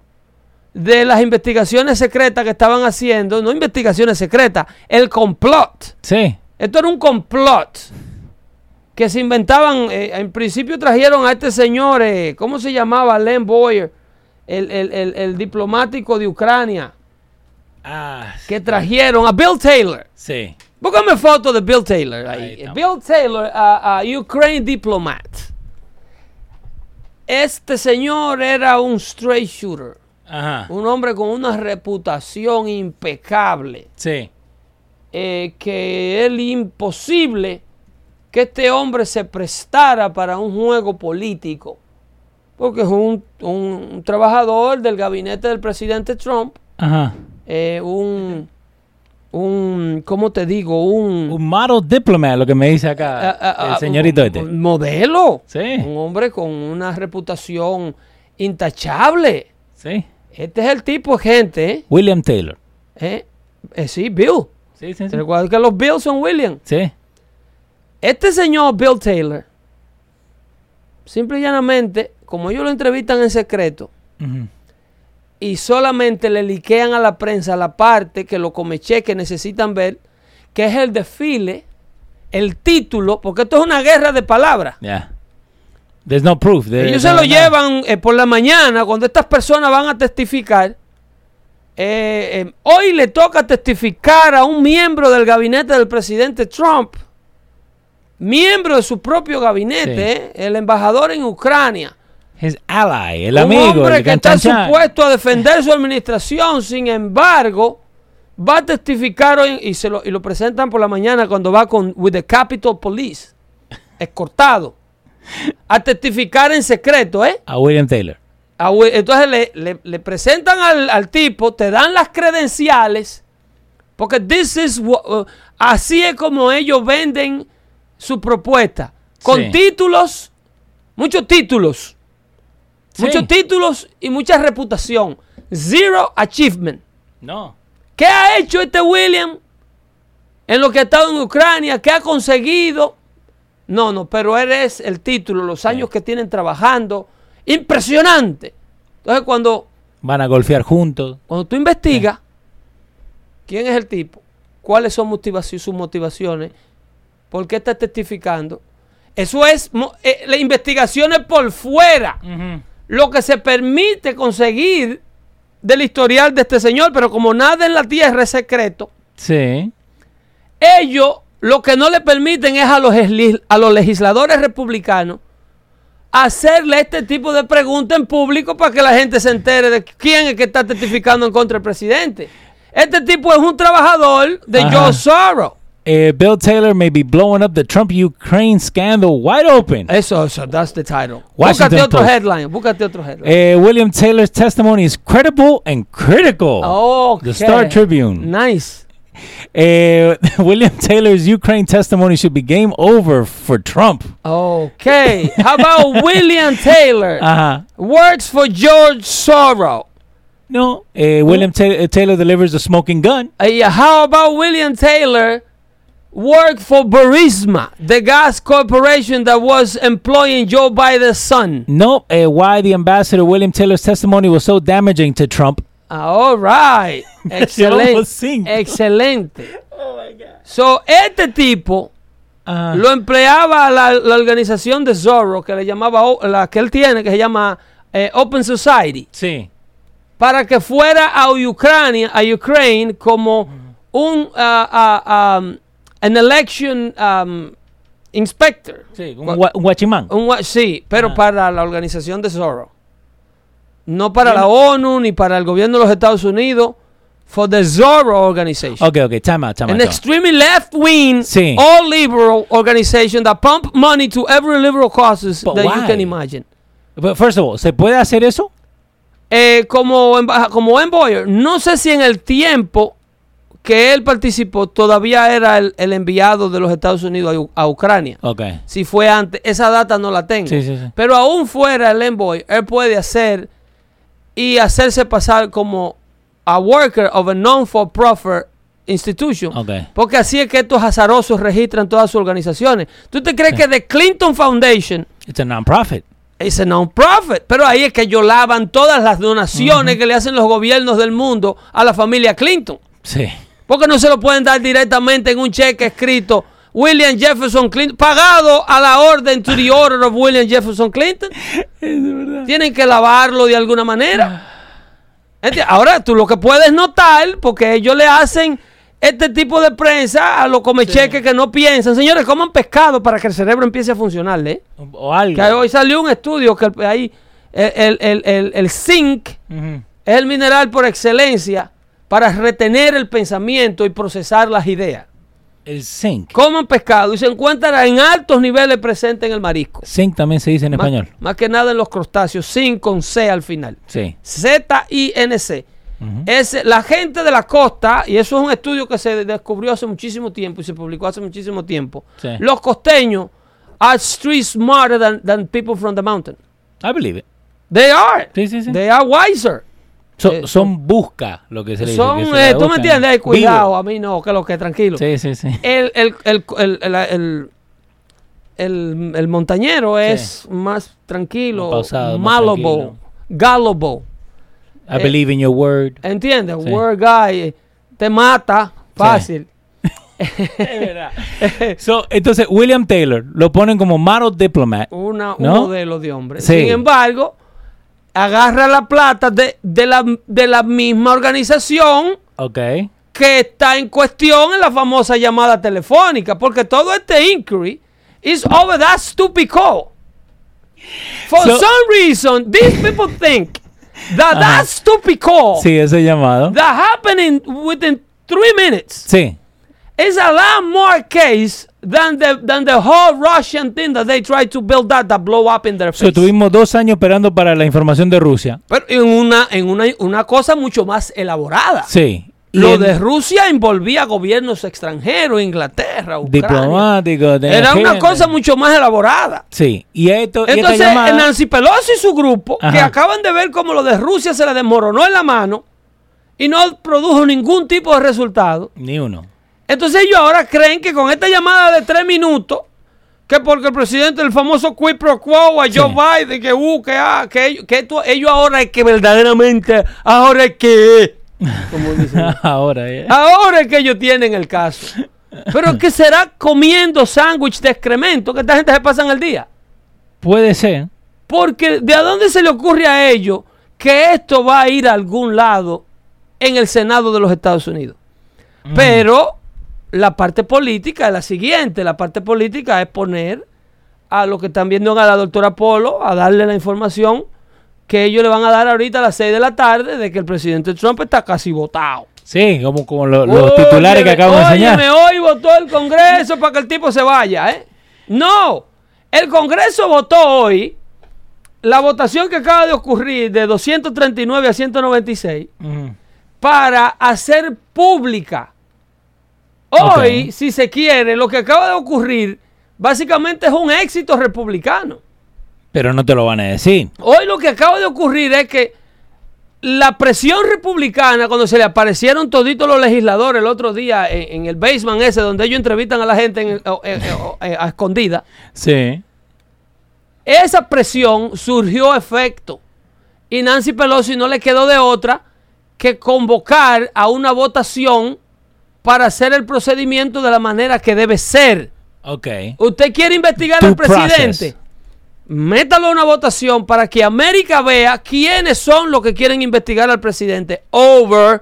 Speaker 1: de las investigaciones secretas que estaban haciendo, no investigaciones secretas, el complot.
Speaker 2: Sí.
Speaker 1: Esto era un complot que se inventaban, eh, en principio trajeron a este señor, eh, ¿cómo se llamaba? Len Boyer, el, el- el- el diplomático de Ucrania,
Speaker 2: Ah,
Speaker 1: que trajeron a Bill Taylor.
Speaker 2: sí.
Speaker 1: Búscame foto de Bill Taylor ahí.
Speaker 2: Ahí estamos.
Speaker 1: Bill Taylor, a Ukraine diplomat. Este señor era un straight shooter,
Speaker 2: Ajá.
Speaker 1: un hombre con una reputación impecable,
Speaker 2: Sí.
Speaker 1: eh, que era imposible que este hombre se prestara para un juego político, porque es un- un- un trabajador del gabinete del presidente Trump,
Speaker 2: Ajá.
Speaker 1: eh, un, un, ¿cómo te digo? Un,
Speaker 2: Un model diplomat, lo que me dice acá
Speaker 1: ah, ah,
Speaker 2: el
Speaker 1: ah,
Speaker 2: señorito
Speaker 1: un-
Speaker 2: este.
Speaker 1: un modelo.
Speaker 2: Sí.
Speaker 1: Un hombre con una reputación intachable.
Speaker 2: Sí.
Speaker 1: Este es el tipo de gente, ¿eh?
Speaker 2: William Taylor.
Speaker 1: ¿eh? eh, sí, Bill.
Speaker 2: Sí, sí, sí.
Speaker 1: Te recuerdo que los Bills son William.
Speaker 2: Sí.
Speaker 1: Este señor Bill Taylor, simple y llanamente, como ellos lo entrevistan en secreto,
Speaker 2: Ujú.
Speaker 1: y solamente le liquean a la prensa la parte que lo comeché que necesitan ver, que es el desfile, el título, porque esto es una guerra de palabras.
Speaker 2: Ya. There's no proof. there-
Speaker 1: Ellos
Speaker 2: no,
Speaker 1: se lo
Speaker 2: no.
Speaker 1: llevan eh, por la mañana cuando estas personas van a testificar. eh, eh, hoy le toca testificar a un miembro del gabinete del presidente Trump, miembro de su propio gabinete,
Speaker 2: Sí.
Speaker 1: eh, el embajador en Ucrania.
Speaker 2: His ally, el
Speaker 1: un
Speaker 2: amigo.
Speaker 1: hombre
Speaker 2: el
Speaker 1: que está
Speaker 2: canchanchan.
Speaker 1: supuesto a defender su administración, sin embargo, va a testificar hoy y, se lo, y lo presentan por la mañana cuando va con with the Capitol Police, escortado, a testificar en secreto, ¿eh?
Speaker 2: A William Taylor.
Speaker 1: A Wi- Entonces le, le- le presentan al, al tipo, te dan las credenciales, porque this is wha- uh, así es como ellos venden su propuesta, con
Speaker 2: Sí.
Speaker 1: títulos, muchos títulos,
Speaker 2: Sí.
Speaker 1: muchos títulos y mucha reputación. Zero achievement.
Speaker 2: No.
Speaker 1: ¿Qué ha hecho este William en lo que ha estado en Ucrania? ¿Qué ha conseguido? No, no, pero eres el título, los años que tienen trabajando, Impresionante. Entonces, cuando,
Speaker 2: Van a golfear juntos.
Speaker 1: cuando tú investigas quién es el tipo, cuáles son motivaci- sus motivaciones, por qué está testificando, eso es mo- eh, las investigaciones por fuera lo que se permite conseguir del historial de este señor, pero como nada en la tierra es secreto,
Speaker 2: Sí.
Speaker 1: ellos lo que no le permiten es a los, esli- a los legisladores republicanos hacerle este tipo de preguntas en público para que la gente se entere de quién es que está testificando en contra del presidente. Este tipo es un trabajador de
Speaker 2: Ajá.
Speaker 1: George Soros.
Speaker 2: Eh, Bill Taylor may be blowing up the Trump-Ukraine scandal wide open.
Speaker 1: Eso, eso, that's the title.
Speaker 2: Washington
Speaker 1: búscate otro
Speaker 2: Post.
Speaker 1: headline, búscate otro headline.
Speaker 2: Eh, William Taylor's testimony is credible and critical.
Speaker 1: Ok.
Speaker 2: The Star Tribune.
Speaker 1: Nice.
Speaker 2: Eh, William Taylor's Ukraine testimony should be game over for Trump.
Speaker 1: Okay. How about William Taylor?
Speaker 2: Ajá.
Speaker 1: Words for George Soros.
Speaker 2: No. Eh, William Ta- eh, Taylor delivers a smoking gun.
Speaker 1: Uh, yeah, how about William Taylor work for Burisma, the gas corporation that was employing Joe Biden's son?
Speaker 2: No. Eh, why the ambassador William Taylor's testimony was so damaging to Trump.
Speaker 1: Ah, all right.
Speaker 2: almost sing.
Speaker 1: Excelente. Excelente. So, este tipo
Speaker 2: Ajá.
Speaker 1: lo empleaba la, la organización de Zorro, que le llamaba, o- la que él tiene, que se llama eh, Open Society.
Speaker 2: sí.
Speaker 1: para que fuera a Ucrania, a Ukraine como un ah, ah, um, an election um, inspector.
Speaker 2: Sí. Un gua- un guachimán.
Speaker 1: Un wa- sí, pero
Speaker 2: Ah.
Speaker 1: para la organización de Soros. No para la ONU ni para el gobierno de los Estados Unidos. For the Zorro Organization.
Speaker 2: Okay. Okay. Time out. Time out.
Speaker 1: An
Speaker 2: time out.
Speaker 1: extremely left-wing,
Speaker 2: Sí.
Speaker 1: all liberal organization that pump money to every liberal causes
Speaker 2: But
Speaker 1: that
Speaker 2: why?
Speaker 1: you can imagine.
Speaker 2: But first of all, ¿se puede hacer eso?
Speaker 1: Eh, como, emba- como Ben Boyer, no sé si en el tiempo que él participó todavía era el, el enviado de los Estados Unidos a U- a, Ucrania.
Speaker 2: Okay.
Speaker 1: Si fue antes, esa data no la tengo.
Speaker 2: Sí, sí, sí.
Speaker 1: Pero aún fuera el envoy, él puede hacer y hacerse pasar como a worker of a non-for-profit institution.
Speaker 2: Ok.
Speaker 1: Porque así es que estos azarosos registran todas sus organizaciones. ¿Tú te crees que The Clinton Foundation
Speaker 2: It's a non-profit.
Speaker 1: es un non-profit, pero ahí es que ellos lavan todas las donaciones que le hacen los gobiernos del mundo a la familia Clinton.
Speaker 2: Sí.
Speaker 1: Porque no se lo pueden dar directamente en un cheque escrito William Jefferson Clinton, pagado a la orden to the order of William Jefferson Clinton. Tienen que lavarlo de alguna manera. Enti- Ahora tú lo que puedes notar, porque ellos le hacen este tipo de prensa a los comecheques que no piensan. Señores, coman pescado para que el cerebro empiece a funcionarle. ¿eh?
Speaker 2: O algo.
Speaker 1: Que hoy salió un estudio que el- ahí el, el- el- el- el zinc
Speaker 2: Ujú.
Speaker 1: es el mineral por excelencia para retener el pensamiento y procesar las ideas.
Speaker 2: El zinc.
Speaker 1: Coman pescado y se encuentran en altos niveles presentes en el marisco.
Speaker 2: Zinc también se dice en
Speaker 1: Más,
Speaker 2: español.
Speaker 1: más que nada en los crustáceos, zinc con C al final.
Speaker 2: Sí.
Speaker 1: Z-I-N-C. Es la gente de la costa, y eso es un estudio que se descubrió hace muchísimo tiempo y se publicó hace muchísimo tiempo.
Speaker 2: Sí.
Speaker 1: Los costeños are street smarter than, than people from the mountain.
Speaker 2: I believe it.
Speaker 1: They are.
Speaker 2: Sí, sí, sí.
Speaker 1: They are wiser.
Speaker 2: So-
Speaker 1: Eh,
Speaker 2: son busca lo que se le dice.
Speaker 1: Son,
Speaker 2: que se la
Speaker 1: eh, tú me
Speaker 2: buscan.
Speaker 1: entiendes, Ay,
Speaker 2: Vivo.
Speaker 1: cuidado, Eh, a mí no, que lo que, tranquilo.
Speaker 2: Sí, sí, sí.
Speaker 1: El, el, el, el, el, el- el- el montañero es más tranquilo,
Speaker 2: Más pausado, más
Speaker 1: malobo,
Speaker 2: tranquilo.
Speaker 1: galobo.
Speaker 2: I believe
Speaker 1: eh.
Speaker 2: in your word.
Speaker 1: ¿Entiendes?
Speaker 2: Sí.
Speaker 1: Word guy eh, te mata fácil.
Speaker 2: So, entonces, William Taylor lo ponen como model diplomat.
Speaker 1: Una,
Speaker 2: ¿No?
Speaker 1: Un modelo de hombre.
Speaker 2: Sí.
Speaker 1: Sin embargo, agarra la plata de, de la, de la misma organización
Speaker 2: Ok.
Speaker 1: que está en cuestión en la famosa llamada telefónica, porque todo este inquiry is over that stupid call. For
Speaker 2: So-
Speaker 1: some reason, these people think that that stupid call
Speaker 2: Sí, ese llamado.
Speaker 1: that happened in, within three minutes
Speaker 2: Sí.
Speaker 1: is a lot more case than the, than the whole Russian thing that they tried to build that that blow up in their
Speaker 2: So,
Speaker 1: face.
Speaker 2: tuvimos dos años esperando para la información de Rusia.
Speaker 1: Pero en una, en una, una cosa mucho más elaborada.
Speaker 2: Sí. Y
Speaker 1: Lo
Speaker 2: en-
Speaker 1: de Rusia envolvía gobiernos extranjeros, Inglaterra, Ucrania.
Speaker 2: diplomático. de
Speaker 1: Era una
Speaker 2: agenda.
Speaker 1: cosa mucho más elaborada.
Speaker 2: Sí. Y esto. y esta
Speaker 1: Entonces,
Speaker 2: llamada-
Speaker 1: Nancy Pelosi y su grupo, que
Speaker 2: Ajá.
Speaker 1: acaban de ver cómo lo de Rusia se le desmoronó en la mano y no produjo ningún tipo de resultado.
Speaker 2: Ni uno.
Speaker 1: Entonces ellos ahora creen que con esta llamada de tres minutos Que porque el presidente, el famoso quid pro quo a Joe
Speaker 2: Sí.
Speaker 1: Biden, que uh, que ah, que, ellos- que esto- ellos ahora es que verdaderamente, ahora es que, como dicen,
Speaker 2: Ahora, eh.
Speaker 1: ahora es que ellos tienen el caso. Pero que será comiendo sándwich de excremento que esta gente se pasan el día.
Speaker 2: puede ser.
Speaker 1: Porque ¿de a dónde se le ocurre a ellos que esto va a ir a algún lado en el Senado de los Estados Unidos? Pero la parte política es la siguiente. La parte política es poner a lo que están viendo a la doctora Polo, a darle la información que ellos le van a dar ahorita a las 6 de la tarde de que el presidente Trump está casi votado.
Speaker 2: Sí, como, como lo- los titulares que
Speaker 1: Óyeme,
Speaker 2: acabo de enseñar.
Speaker 1: óyeme, hoy votó el Congreso para que el tipo se vaya, ¿eh? No, el Congreso votó hoy la votación que acaba de ocurrir de 239 a 196
Speaker 2: Mm.
Speaker 1: para hacer pública. Hoy,
Speaker 2: Ok.
Speaker 1: si se quiere, lo que acaba de ocurrir básicamente es un éxito republicano.
Speaker 2: Pero no te lo van a decir.
Speaker 1: Hoy lo que acaba de ocurrir es que la presión republicana, cuando se le aparecieron toditos los legisladores el otro día en, en el basement ese, donde ellos entrevistan a la gente en el- o- eh, eh, o- eh, a escondida,
Speaker 2: Sí.
Speaker 1: esa presión surgió a efecto. Y Nancy Pelosi no le quedó de otra que convocar a una votación para hacer el procedimiento de la manera que debe ser.
Speaker 2: Ok.
Speaker 1: Usted quiere investigar
Speaker 2: Due
Speaker 1: al presidente.
Speaker 2: process.
Speaker 1: Métalo a una votación para que América vea quiénes son los que quieren investigar al presidente. Over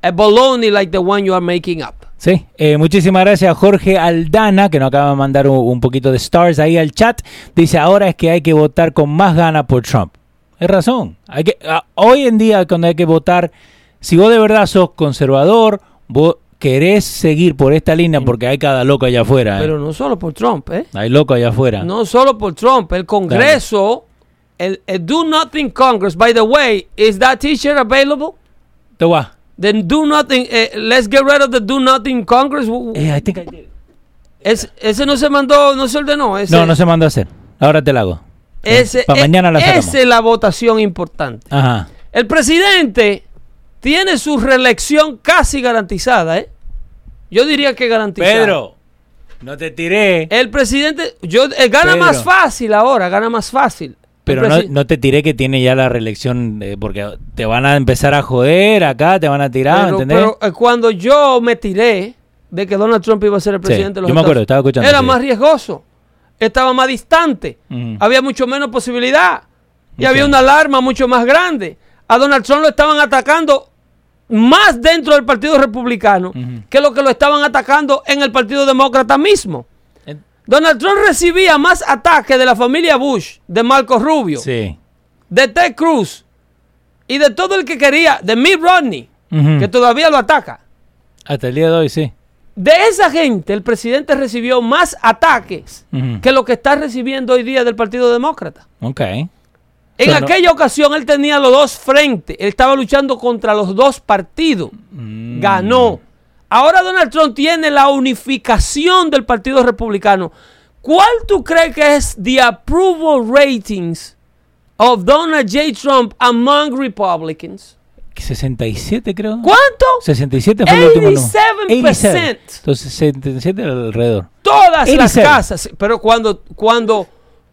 Speaker 1: a baloney like the one you are making up.
Speaker 2: Sí, eh, muchísimas gracias a Jorge Aldana, que nos acaba de mandar un, un poquito de stars ahí al chat. Dice, ahora es que hay que votar con más ganas por Trump. Es razón. Hay que, ah, hoy en día cuando hay que votar, si vos de verdad sos conservador, vos querés seguir por esta línea porque hay cada loco allá afuera. eh.
Speaker 1: Pero no solo por Trump, ¿eh?
Speaker 2: Hay loco allá afuera.
Speaker 1: No solo por Trump. El Congreso, el, el Do Nothing Congress, by the way, is that teacher available?
Speaker 2: Te va.
Speaker 1: The Do Nothing, eh, let's get rid of the Do Nothing Congress.
Speaker 2: Eh, I think I did it.
Speaker 1: Es- ese no se mandó, no se ordenó. Ese,
Speaker 2: No, no se mandó a hacer. Ahora te la hago.
Speaker 1: Ese,
Speaker 2: Pa'
Speaker 1: e-
Speaker 2: mañana la sacamos.
Speaker 1: esa es la votación importante.
Speaker 2: Ajá.
Speaker 1: El presidente tiene su reelección casi garantizada, ¿eh? Yo diría que garantizada.
Speaker 2: Pedro, no te tiré.
Speaker 1: El presidente yo, eh, gana
Speaker 2: Pedro.
Speaker 1: más fácil ahora, gana más fácil. El
Speaker 2: Pero no,
Speaker 1: presi-
Speaker 2: no te tiré que tiene ya la reelección, eh, porque te van a empezar a joder acá, te van a tirar,
Speaker 1: pero-
Speaker 2: ¿entendés?
Speaker 1: pero, eh, cuando yo me tiré de que Donald Trump iba a ser el presidente de los
Speaker 2: yo me acuerdo,
Speaker 1: Estados-
Speaker 2: estaba escuchando,
Speaker 1: Era
Speaker 2: sí.
Speaker 1: más riesgoso, estaba más distante,
Speaker 2: Mm.
Speaker 1: había mucho menos posibilidad y
Speaker 2: Ok.
Speaker 1: había una alarma mucho más grande. A Donald Trump lo estaban atacando más dentro del Partido Republicano
Speaker 2: Ujú.
Speaker 1: que lo que lo estaban atacando en el Partido Demócrata mismo.
Speaker 2: En-
Speaker 1: Donald Trump recibía más ataques de la familia Bush, de Marco Rubio,
Speaker 2: Sí.
Speaker 1: de Ted Cruz y de todo el que quería, de Mitt Romney,
Speaker 2: Ujú.
Speaker 1: que todavía lo ataca.
Speaker 2: Hasta el día de hoy, sí.
Speaker 1: De esa gente, el presidente recibió más ataques
Speaker 2: Ujú.
Speaker 1: que lo que está recibiendo hoy día del Partido Demócrata.
Speaker 2: Ok.
Speaker 1: En
Speaker 2: Pero no-
Speaker 1: aquella ocasión, él tenía los dos frentes. Él estaba luchando contra los dos partidos.
Speaker 2: Mm.
Speaker 1: Ganó. Ahora Donald Trump tiene la unificación del Partido Republicano. ¿Cuál tú crees que es the approval ratings of Donald J. Trump among Republicans?
Speaker 2: 67, creo.
Speaker 1: ¿Cuánto?
Speaker 2: 67 fue el último. número.
Speaker 1: 87%.
Speaker 2: Entonces, 67 era alrededor.
Speaker 1: todas las
Speaker 2: 87.
Speaker 1: casas. Pero cuando, cuando,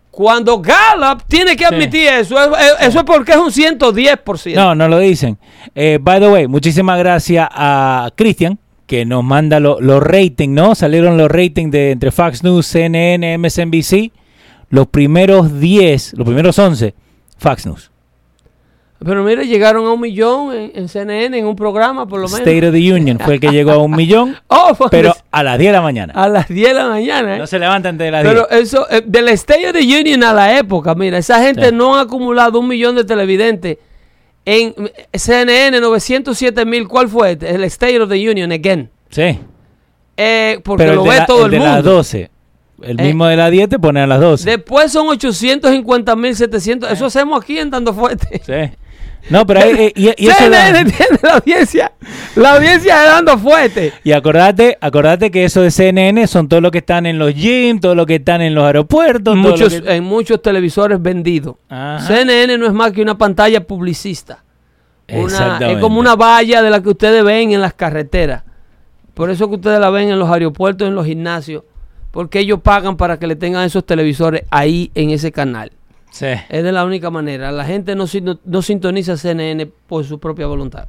Speaker 1: cuando Gallup tiene que admitir eso, es- es- eso es porque es un 110%.
Speaker 2: No, no lo dicen. Eh, by the way, muchísimas gracias a Cristian que nos manda lo- los ratings, ¿no? Salieron los ratings de entre Fox News, CNN, MSNBC. Los primeros 10, los primeros 11, Fox News.
Speaker 1: Pero mire, llegaron a un millón en, en CNN, en un programa por lo menos.
Speaker 2: State of the Union fue el que llegó a un millón,
Speaker 1: Oh, pues,
Speaker 2: pero a las 10 de la mañana.
Speaker 1: a las 10 de la mañana. ¿eh?
Speaker 2: No se levantan de las 10.
Speaker 1: pero eso, eh, del State of the Union a la época, mira, esa gente
Speaker 2: Sí.
Speaker 1: no ha acumulado un millón de televidentes. En eh, CNN, 907 mil, ¿cuál fue? este? El State of the Union, again.
Speaker 2: Sí,
Speaker 1: Eh, porque
Speaker 2: pero el
Speaker 1: lo
Speaker 2: de
Speaker 1: ve
Speaker 2: la-
Speaker 1: todo el,
Speaker 2: de las
Speaker 1: mundo.
Speaker 2: 12. El
Speaker 1: Eh.
Speaker 2: mismo de las 10 te pone a las 12.
Speaker 1: Después son 850 mil 700. Eso hacemos aquí en Dando Fuerte.
Speaker 2: Eh. Sí. No, pero ahí, eh, y, y eso da-
Speaker 1: CNN tiene la audiencia. La audiencia de Dando Fuerte.
Speaker 2: Y acordate, acordate que eso de CNN son todos los que están en los gyms, todos los que están en los aeropuertos. todos
Speaker 1: Muchos,
Speaker 2: los que-
Speaker 1: En muchos televisores vendidos.
Speaker 2: Ajá.
Speaker 1: CNN no es más que una pantalla publicista. eh, Una,
Speaker 2: Exactamente.
Speaker 1: es como una valla de la que ustedes ven en las carreteras. Por eso que ustedes la ven en los aeropuertos, en los gimnasios. porque ellos pagan para que le tengan esos televisores ahí en ese canal.
Speaker 2: Sí.
Speaker 1: Es de la única manera. La gente no, sin- no sintoniza CNN por su propia voluntad.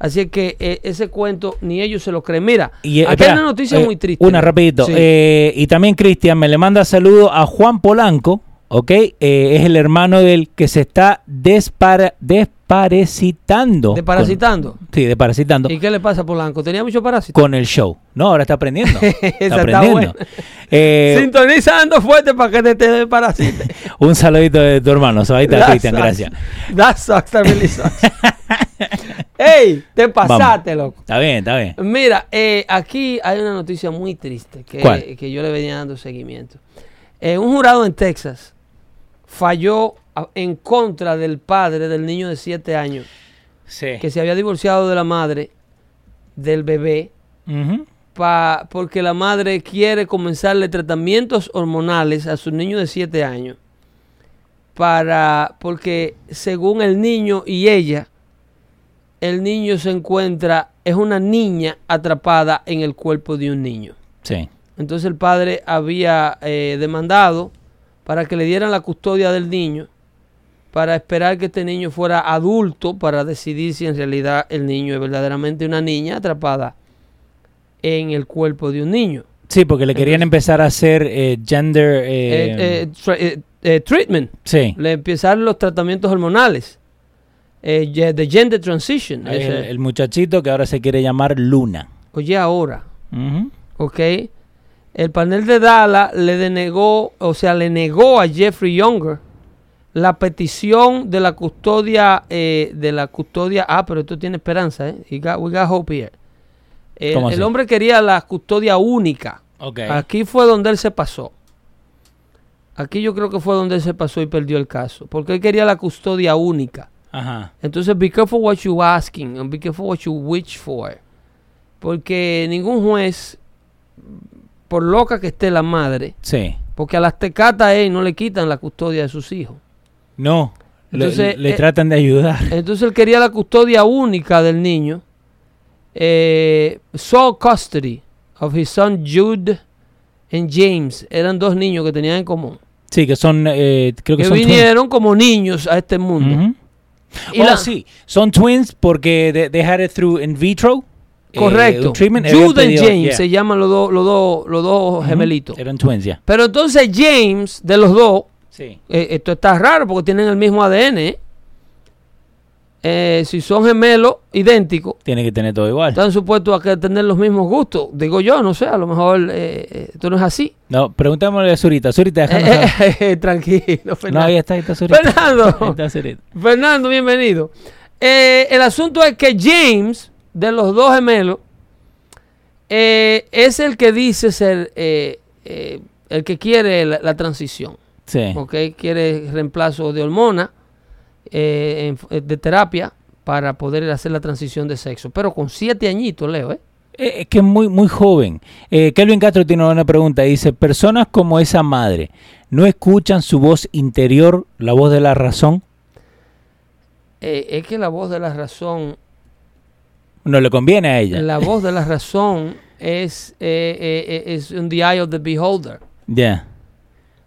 Speaker 1: Así es que eh, ese cuento ni ellos se lo creen. Mira,
Speaker 2: Y, eh,
Speaker 1: aquí
Speaker 2: espera,
Speaker 1: hay una noticia
Speaker 2: eh,
Speaker 1: muy triste.
Speaker 2: Una, rapidito.
Speaker 1: Sí.
Speaker 2: Eh, y también Cristian me le manda saludo a Juan Polanco, ¿ok? Eh, es el hermano del que se está despara, desparasitando.
Speaker 1: de parasitando.
Speaker 2: Con- sí, desparasitando.
Speaker 1: ¿Y qué le pasa a Polanco? Tenía mucho parásitos.
Speaker 2: Con el show. No, ahora está aprendiendo.
Speaker 1: Esa
Speaker 2: está
Speaker 1: está
Speaker 2: aprendiendo.
Speaker 1: buena.
Speaker 2: Eh,
Speaker 1: Sintonizando fuerte para que te, te parasite.
Speaker 2: un saludito de tu hermano. Sabadita,
Speaker 1: That
Speaker 2: Cristian,
Speaker 1: sucks.
Speaker 2: gracias.
Speaker 1: That sucks, that really sucks. ¡Ey! Te pasaste,
Speaker 2: Vamos.
Speaker 1: loco.
Speaker 2: Está bien, está bien.
Speaker 1: Mira, eh, aquí hay una noticia muy triste que,
Speaker 2: ¿Cuál?
Speaker 1: que yo le venía dando seguimiento. Eh, un jurado en Texas falló a- en contra del padre del niño de 7 años
Speaker 2: Sí.
Speaker 1: que se había divorciado de la madre del bebé
Speaker 2: Ujú.
Speaker 1: pa- porque la madre quiere comenzarle tratamientos hormonales a su niño de 7 años para porque según el niño y ella el niño se encuentra es una niña atrapada en el cuerpo de un niño.
Speaker 2: Sí.
Speaker 1: Entonces el padre había eh, demandado para que le dieran la custodia del niño, para esperar que este niño fuera adulto, para decidir si en realidad el niño es verdaderamente una niña atrapada en el cuerpo de un niño.
Speaker 2: Sí, porque le querían empezar a hacer eh, gender. eh,
Speaker 1: Eh, eh, tra- eh, eh, treatment,
Speaker 2: sí.
Speaker 1: le empezaron los tratamientos hormonales, eh, ye- de gender transition.
Speaker 2: El,
Speaker 1: ese.
Speaker 2: el muchachito que ahora se quiere llamar Luna.
Speaker 1: Oye, ahora.
Speaker 2: Ujú.
Speaker 1: ¿ok? El panel de Dallas le denegó, o sea, le negó a Jeffrey Younger la petición de la custodia, eh, de la custodia, ah, pero esto tiene esperanza, ¿eh? He got- we got hope here. El,
Speaker 2: ¿Cómo
Speaker 1: el
Speaker 2: así?
Speaker 1: hombre quería la custodia única.
Speaker 2: Ah.
Speaker 1: Aquí fue donde él se pasó. Aquí yo creo que fue donde él se pasó y perdió el caso, porque él quería la custodia única.
Speaker 2: Ajá.
Speaker 1: Entonces, be careful what you asking and be careful what you wish for. Porque ningún juez, por loca que esté la madre,
Speaker 2: Sí.
Speaker 1: porque a las tecatas eh, no le quitan la custodia de sus hijos.
Speaker 2: No. le-
Speaker 1: Entonces,
Speaker 2: le
Speaker 1: eh,
Speaker 2: tratan de ayudar.
Speaker 1: Entonces él quería la custodia única del niño. Eh, sole custody of his son Jude and James. Eran dos niños que tenían en común.
Speaker 2: Sí, que son. eh, creo que,
Speaker 1: Que
Speaker 2: son.
Speaker 1: vinieron como niños a este mundo.
Speaker 2: twins. Ujú.
Speaker 1: Y
Speaker 2: Oh,
Speaker 1: la-
Speaker 2: sí. Son twins porque they, they had it through in vitro. eh,
Speaker 1: Correcto.
Speaker 2: un treatment. Habían
Speaker 1: Jude and
Speaker 2: pedido-
Speaker 1: James
Speaker 2: yeah.
Speaker 1: se llaman los dos los dos los dos
Speaker 2: Ujú.
Speaker 1: gemelitos.
Speaker 2: Eran twins, ya.
Speaker 1: Pero entonces James, de los dos,
Speaker 2: Sí.
Speaker 1: eh, esto está raro porque tienen el mismo ADN. ¿eh? Eh, si son gemelos idénticos,
Speaker 2: Tiene que tener todo igual.
Speaker 1: están supuestos a que tener los mismos gustos. Digo yo, no sé, a lo mejor eh, eh, esto no es así.
Speaker 2: No, preguntémosle a Zurita. Zurita, déjanos
Speaker 1: Eh, Pues
Speaker 2: saber.
Speaker 1: eh, eh, tranquilo,
Speaker 2: No,
Speaker 1: Fernando.
Speaker 2: ahí está, ahí está Zurita.
Speaker 1: Fernando.
Speaker 2: Ahí está Zurita.
Speaker 1: Fernando, bienvenido. Eh, el asunto es que James, de los dos gemelos, eh, es el que dice ser eh, eh, el que quiere la- la transición.
Speaker 2: Sí.
Speaker 1: ¿ok? Quiere reemplazo de hormona, eh, en- eh, de terapia, para poder hacer la transición de sexo. Pero con siete añitos, Leo, ¿eh?
Speaker 2: Eh, Es que es muy, muy joven. Eh, Kelvin Castro tiene una pregunta. Dice, personas como esa madre, ¿no escuchan su voz interior, la voz de la razón?
Speaker 1: Eh, es que la voz de la razón,
Speaker 2: No le conviene a ella.
Speaker 1: la voz de la razón es, eh, eh, eh, es un the eye of the beholder.
Speaker 2: Ya.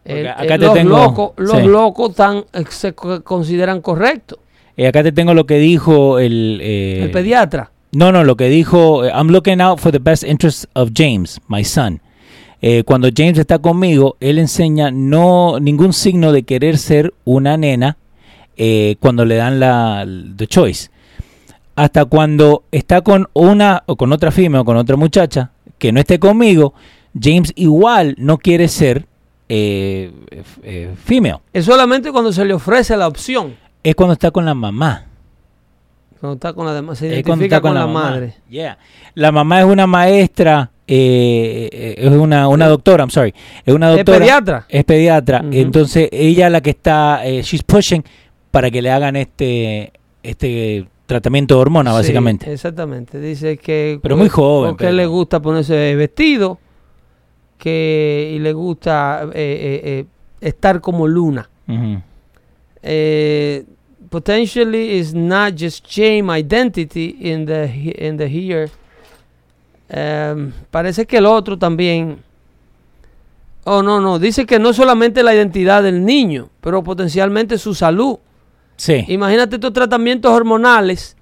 Speaker 2: Porque
Speaker 1: El-
Speaker 2: acá
Speaker 1: el-
Speaker 2: te
Speaker 1: los
Speaker 2: tengo-
Speaker 1: locos, los
Speaker 2: sí.
Speaker 1: locos tan, eh, se co- consideran correctos.
Speaker 2: Eh, acá te tengo lo que dijo el... eh,
Speaker 1: El pediatra.
Speaker 2: No, no, lo que dijo, eh, I'm looking out for the best interest of James, my son. Eh, cuando James está conmigo, él enseña no ningún signo de querer ser una nena eh, cuando le dan la the choice. Hasta cuando está con una o con otra firme o con otra muchacha que no esté conmigo, James igual no quiere ser eh, f- eh, female.
Speaker 1: Es solamente cuando se le ofrece la opción.
Speaker 2: Es cuando está con la mamá.
Speaker 1: Cuando está con la demás, se
Speaker 2: Es cuando
Speaker 1: identifica
Speaker 2: está
Speaker 1: con, la,
Speaker 2: mamá.
Speaker 1: madre.
Speaker 2: Yeah. La mamá es una maestra, eh, eh, es una, una doctora, I'm sorry. Es una
Speaker 1: Es
Speaker 2: doctora.
Speaker 1: pediatra.
Speaker 2: Es pediatra.
Speaker 1: Ujú.
Speaker 2: Entonces ella la que está, eh, she's pushing para que le hagan este, este tratamiento de hormona,
Speaker 1: Sí,
Speaker 2: básicamente.
Speaker 1: exactamente. Dice que.
Speaker 2: Pero muy joven,
Speaker 1: Porque
Speaker 2: Pedro.
Speaker 1: le gusta ponerse vestido que, y le gusta eh, eh, eh, estar como luna.
Speaker 2: Ujú.
Speaker 1: Eh, potentially is not just shame identity in the, he- in the here. Em, parece que el otro también Oh, no, no. Dice que no solamente la identidad del niño, pero potencialmente su salud.
Speaker 2: Sí.
Speaker 1: Imagínate estos tratamientos hormonales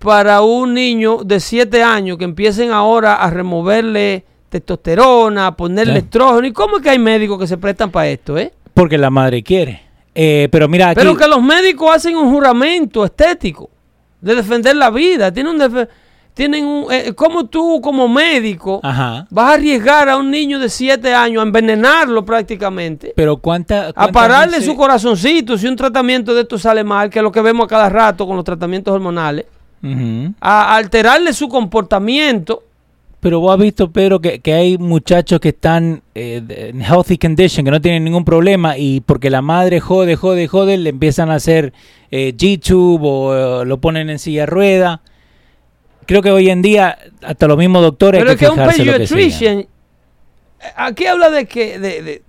Speaker 1: para un niño de 7 años que empiecen ahora a removerle testosterona, a ponerle
Speaker 2: Sí.
Speaker 1: estrógeno. ¿Y cómo es que hay médicos que se prestan para esto, eh?
Speaker 2: Porque la madre quiere. Eh, pero mira aquí.
Speaker 1: Pero que los médicos hacen un juramento estético de defender la vida. Tienen un... defe- Tienen un eh, ¿Cómo tú, como médico,
Speaker 2: Ajá.
Speaker 1: vas a arriesgar a un niño de 7 años a envenenarlo prácticamente?
Speaker 2: Pero cuánta.
Speaker 1: A
Speaker 2: cuántas
Speaker 1: pararle
Speaker 2: veces-
Speaker 1: su corazoncito si un tratamiento de estos sale mal, que es lo que vemos a cada rato con los tratamientos hormonales.
Speaker 2: Ujú.
Speaker 1: A alterarle su comportamiento.
Speaker 2: Pero vos has visto, Pedro, que, que hay muchachos que están eh, de- en healthy condition, que no tienen ningún problema, y porque la madre jode, jode, jode, le empiezan a hacer eh, G-tube o eh, lo ponen en silla de rueda. Creo que hoy en día hasta los mismos doctores
Speaker 1: Pero
Speaker 2: hay
Speaker 1: es que
Speaker 2: que
Speaker 1: un
Speaker 2: fijarse lo que siguen.
Speaker 1: pediatrician. eh, Aquí habla de que, de, de-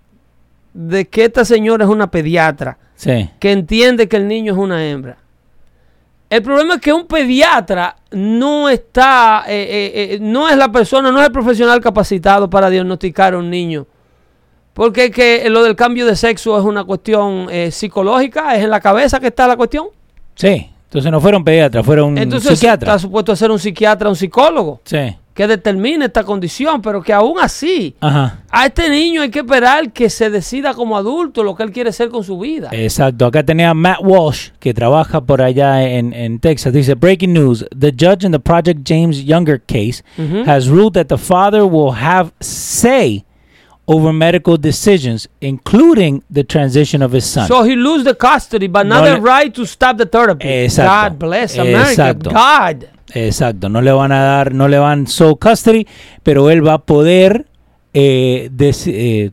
Speaker 1: de que esta señora es una pediatra
Speaker 2: Sí,
Speaker 1: que entiende que el niño es una hembra. El problema es que un pediatra no está, eh, eh, eh, no es la persona, no es el profesional capacitado para diagnosticar a un niño. Porque es que lo del cambio de sexo es una cuestión eh, psicológica, es en la cabeza que está la cuestión.
Speaker 2: sí. Entonces no fueron pediatras, fueron
Speaker 1: Entonces está
Speaker 2: psiquiatras.
Speaker 1: supuesto a ser un psiquiatra, un psicólogo,
Speaker 2: Sí,
Speaker 1: que determine esta condición, pero que aún así,
Speaker 2: ajá.
Speaker 1: a este niño hay que esperar que se decida como adulto lo que él quiere ser con su vida.
Speaker 2: Exacto, acá tenía a Matt Walsh, que trabaja por allá en, en Texas. Dice, breaking news, the judge in the Project James Younger case
Speaker 1: Ujú.
Speaker 2: has ruled that the father will have say over medical decisions, including the transition of his son.
Speaker 1: So he lose the custody, but not
Speaker 2: No
Speaker 1: the
Speaker 2: le-
Speaker 1: right to stop the therapy.
Speaker 2: Exacto.
Speaker 1: God bless America.
Speaker 2: Exacto.
Speaker 1: God.
Speaker 2: Exacto, no le van a dar, no le van sole custody, pero él va a poder eh, des- eh,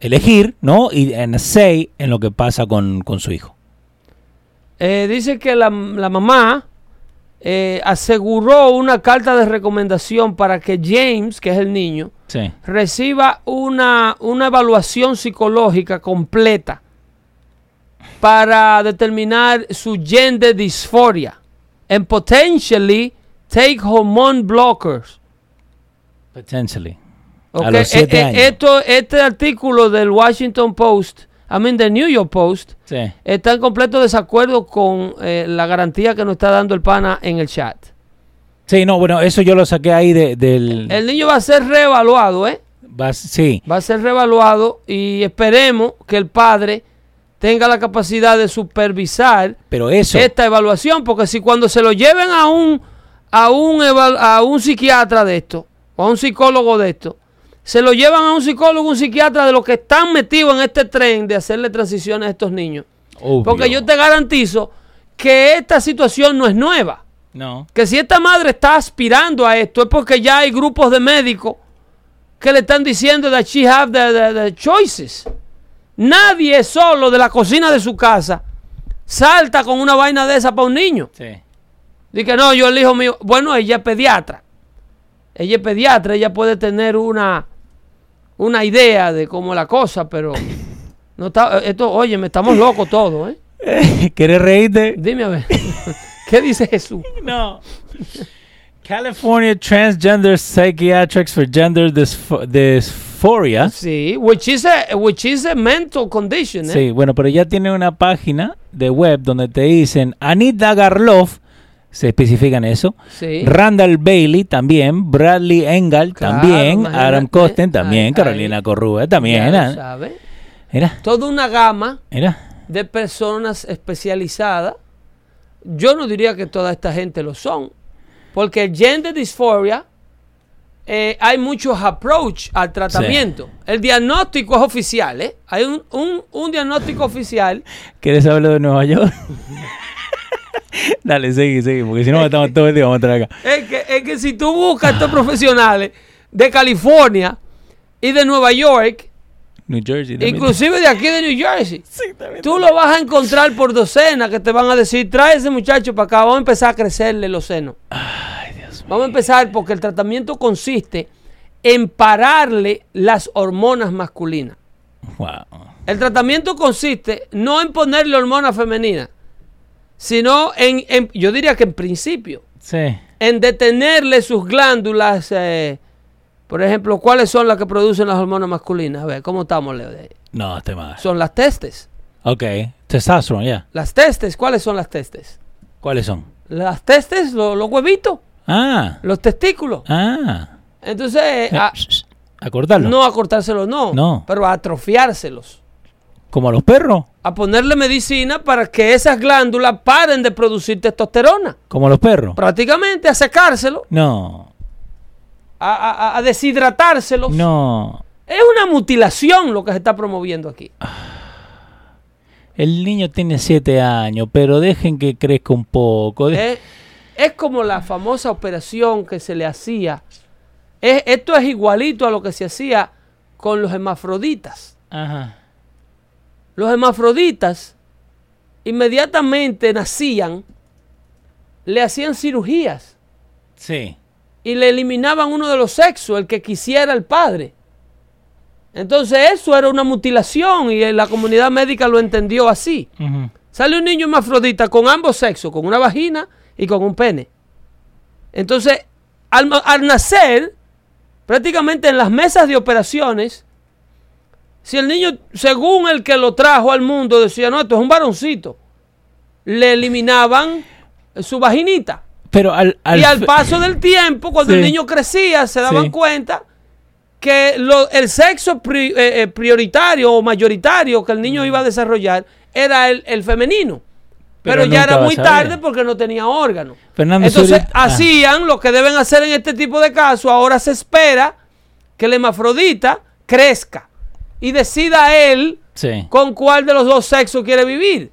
Speaker 2: elegir, ¿no? Y en say en lo que pasa con, con su hijo.
Speaker 1: Eh, dice que la, la mamá eh, aseguró una carta de recomendación para que James, que es el niño,
Speaker 2: Sí.
Speaker 1: reciba una, una evaluación psicológica completa para determinar su gender dysphoria and potentially take hormone blockers.
Speaker 2: Potentially.
Speaker 1: Ok,
Speaker 2: A los siete
Speaker 1: eh, eh,
Speaker 2: años.
Speaker 1: esto- este artículo del Washington Post, I mean, del New York Post,
Speaker 2: Sí.
Speaker 1: está en completo desacuerdo con eh, la garantía que nos está dando el pana en el chat.
Speaker 2: Sí, no, bueno, eso yo lo saqué ahí de- del...
Speaker 1: El niño va a ser reevaluado, ¿eh?
Speaker 2: va- sí,
Speaker 1: Va a ser reevaluado y esperemos que el padre tenga la capacidad de supervisar
Speaker 2: pero eso...
Speaker 1: esta evaluación, porque si cuando se lo lleven a un a un eval- a un psiquiatra de esto, o a un psicólogo de esto, se lo llevan a un psicólogo, un psiquiatra de los que están metidos en este tren de hacerle transiciones a estos niños.
Speaker 2: obvio.
Speaker 1: Porque yo te garantizo que esta situación no es nueva.
Speaker 2: No.
Speaker 1: Que si esta madre está aspirando a esto es porque ya hay grupos de médicos que le están diciendo that she have the, the- the choices. Nadie solo de la cocina de su casa salta con una vaina de esa para un niño.
Speaker 2: Sí.
Speaker 1: Dice, no, yo elijo mío. Bueno, ella es pediatra. Ella es pediatra, ella puede tener una, una idea de cómo la cosa, pero no está, esto, oye, me estamos locos todos, ¿eh?
Speaker 2: ¿Quieres reírte?
Speaker 1: Dime a ver, ¿qué dice Jesús?
Speaker 2: No. California Transgender Psychiatrics for Gender Dyspho- Dysphoria.
Speaker 1: Sí, which is a, which is a mental condition, ¿eh?
Speaker 2: Sí, bueno, pero ya tiene una página de web donde te dicen Anita Garloff, se especifican eso.
Speaker 1: Sí.
Speaker 2: Randall Bailey también, Bradley Engel
Speaker 1: Claro,
Speaker 2: también,
Speaker 1: imagínate.
Speaker 2: Adam Costen también,
Speaker 1: Ahí-
Speaker 2: Carolina
Speaker 1: ahí.
Speaker 2: Corrúa
Speaker 1: Ya
Speaker 2: también.
Speaker 1: lo
Speaker 2: ah.
Speaker 1: sabe.
Speaker 2: Mira,
Speaker 1: Toda una gama
Speaker 2: mira.
Speaker 1: de personas especializadas. Yo no diría que toda esta gente lo son, porque el gender dysphoria eh, hay muchos approach al tratamiento. El diagnóstico es oficial, ¿eh? Hay un, un- un diagnóstico oficial.
Speaker 2: ¿Quieres hablar de Nueva York? Dale, sigue, sigue, porque si no matamos todo el día, vamos a estar acá.
Speaker 1: Es que, es que si tú buscas estos profesionales de California y de Nueva York,
Speaker 2: New Jersey. también.
Speaker 1: Inclusive de aquí de New Jersey. Tú lo vas a encontrar por docenas que te van a decir, trae ese muchacho para acá, vamos a empezar a crecerle los senos. Vamos a empezar porque el tratamiento consiste en pararle las hormonas masculinas.
Speaker 2: Wow.
Speaker 1: El tratamiento consiste no en ponerle hormonas femeninas, sino en, en- yo diría que en principio,
Speaker 2: Sí.
Speaker 1: en detenerle sus glándulas eh, Por ejemplo, ¿cuáles son las que producen las hormonas masculinas? A ver, ¿cómo estamos, Leo? de ahí?
Speaker 2: No, estoy mal.
Speaker 1: Son las testes.
Speaker 2: Ok, testosterone, ya.
Speaker 1: Las testes, ¿cuáles son las testes?
Speaker 2: ¿Cuáles son?
Speaker 1: Las testes, lo- los huevitos,
Speaker 2: Ah,
Speaker 1: los testículos.
Speaker 2: ah.
Speaker 1: Entonces, eh, a-
Speaker 2: Acortarlo.
Speaker 1: no a cortárselos, no,
Speaker 2: No.
Speaker 1: pero a atrofiárselos.
Speaker 2: Como a los perros.
Speaker 1: A ponerle medicina para que esas glándulas paren de producir testosterona.
Speaker 2: Como a los perros.
Speaker 1: Prácticamente a secárselo,
Speaker 2: No,
Speaker 1: a, a- a- a deshidratárselos.
Speaker 2: no.
Speaker 1: Es una mutilación lo que se está promoviendo aquí.
Speaker 2: El niño tiene siete años, pero dejen que crezca un poco. De-
Speaker 1: Es, ¿eh? es como la famosa operación que se le hacía. Es- esto es igualito a lo que se hacía con los hermafroditas.
Speaker 2: Ajá.
Speaker 1: Los hermafroditas inmediatamente nacían, le hacían cirugías
Speaker 2: Sí.
Speaker 1: y le eliminaban uno de los sexos, el que quisiera el padre. Entonces eso era una mutilación y la comunidad médica lo entendió así.
Speaker 2: Ujú.
Speaker 1: Sale un niño hermafrodita con ambos sexos, con una vagina y con un pene. Entonces, al, ma- al nacer, prácticamente en las mesas de operaciones, si el niño, según el que lo trajo al mundo, decía, no, esto es un varoncito, le eliminaban su vaginita.
Speaker 2: Pero al, al,
Speaker 1: y al
Speaker 2: fe-
Speaker 1: paso del tiempo, cuando
Speaker 2: Sí.
Speaker 1: el niño crecía, se daban
Speaker 2: Sí.
Speaker 1: cuenta que lo- el sexo pri- eh, eh, prioritario o mayoritario que el niño iba a desarrollar era el, el femenino.
Speaker 2: Pero
Speaker 1: Pero, ya
Speaker 2: nunca
Speaker 1: era
Speaker 2: vas
Speaker 1: muy
Speaker 2: a ver.
Speaker 1: tarde porque no tenía órgano.
Speaker 2: Fernando,
Speaker 1: Entonces
Speaker 2: ahorita- ah.
Speaker 1: hacían lo que deben hacer en este tipo de casos. Ahora se espera que el hemafrodita crezca y decida él
Speaker 2: Sí.
Speaker 1: con cuál de los dos sexos quiere vivir.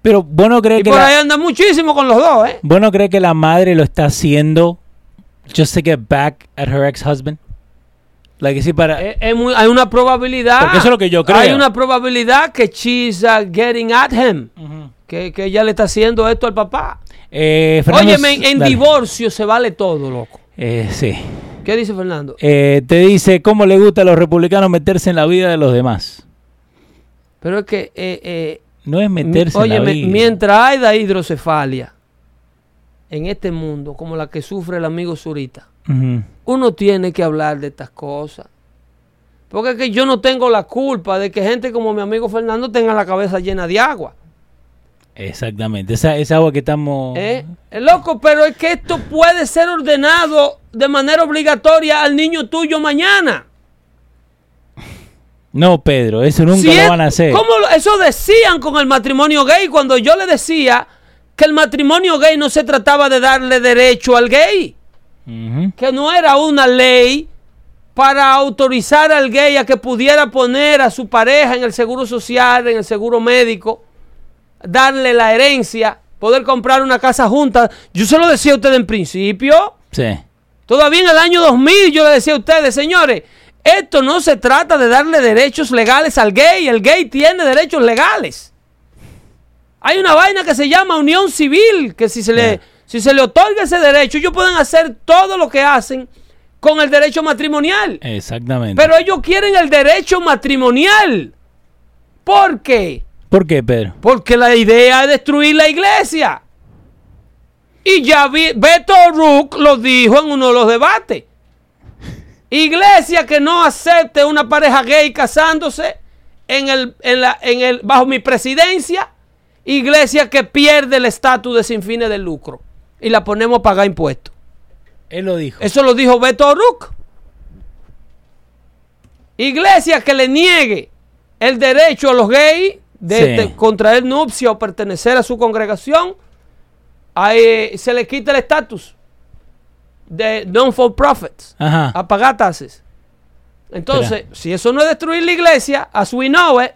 Speaker 2: Pero vos no crees
Speaker 1: Y
Speaker 2: que.
Speaker 1: por
Speaker 2: la-
Speaker 1: ahí anda muchísimo con los dos, ¿eh?
Speaker 2: ¿Vos no crees que la madre lo está haciendo just to get back at her ex-husband? Like, sí, para...
Speaker 1: Eh, es muy- hay una probabilidad.
Speaker 2: Porque eso es lo que yo creo.
Speaker 1: Hay una probabilidad que she's uh, getting at him.
Speaker 2: Ujú.
Speaker 1: Que, que ella le está haciendo esto al papá.
Speaker 2: Eh, Fernando,
Speaker 1: Óyeme, en, en
Speaker 2: dale.
Speaker 1: divorcio se vale todo, loco.
Speaker 2: Eh, sí.
Speaker 1: ¿Qué dice Fernando?
Speaker 2: Eh, te dice cómo le gusta a los republicanos meterse en la vida de los demás.
Speaker 1: Pero es que, eh, eh,
Speaker 2: No es meterse en la
Speaker 1: óyeme,
Speaker 2: vida.
Speaker 1: mientras haya hidrocefalia en este mundo, como la que sufre el amigo Zurita,
Speaker 2: Ujú.
Speaker 1: uno tiene que hablar de estas cosas. Porque es que yo no tengo la culpa de que gente como mi amigo Fernando tenga la cabeza llena de agua.
Speaker 2: Exactamente. Esa, esa agua que estamos...
Speaker 1: ¿Eh? Es loco, pero es que esto puede ser ordenado de manera obligatoria al niño tuyo mañana.
Speaker 2: No, Pedro, eso nunca
Speaker 1: Si
Speaker 2: lo
Speaker 1: es-
Speaker 2: van a hacer.
Speaker 1: ¿cómo lo- eso decían con el matrimonio gay cuando yo le decía que el matrimonio gay no se trataba de darle derecho al gay,
Speaker 2: Ujú.
Speaker 1: que no era una ley para autorizar al gay a que pudiera poner a su pareja en el seguro social, en el seguro médico, darle la herencia, poder comprar una casa junta. Yo se lo decía a usted en principio.
Speaker 2: Sí.
Speaker 1: Todavía en el año 2000 yo le decía a ustedes, señores, esto no se trata de darle derechos legales al gay, el gay tiene derechos legales. Hay una vaina que se llama unión civil, que si se le,
Speaker 2: Ya.
Speaker 1: si se le otorga ese derecho, ellos pueden hacer todo lo que hacen con el derecho matrimonial.
Speaker 2: Eh. Exactamente.
Speaker 1: Pero ellos quieren el derecho matrimonial. ¿Por qué?
Speaker 2: ¿Por qué, Pedro?
Speaker 1: Porque la idea es destruir la iglesia. Y ya vi- Beto O'Rourke lo dijo en uno de los debates. Iglesia que no acepte una pareja gay casándose en el, en la- en el, bajo mi presidencia. Iglesia que pierde el estatus de sin fines de lucro. Y la ponemos a pagar impuestos.
Speaker 2: Él lo dijo.
Speaker 1: Eso lo dijo Beto O'Rourke. Iglesia que le niegue el derecho a los gays de,
Speaker 2: Sí.
Speaker 1: de contraer nupcia o pertenecer a su congregación, ahí eh, se le quita el estatus de non-for-profits,
Speaker 2: Ajá.
Speaker 1: a pagar taxes. Entonces, si eso no es destruir la iglesia, as we know it,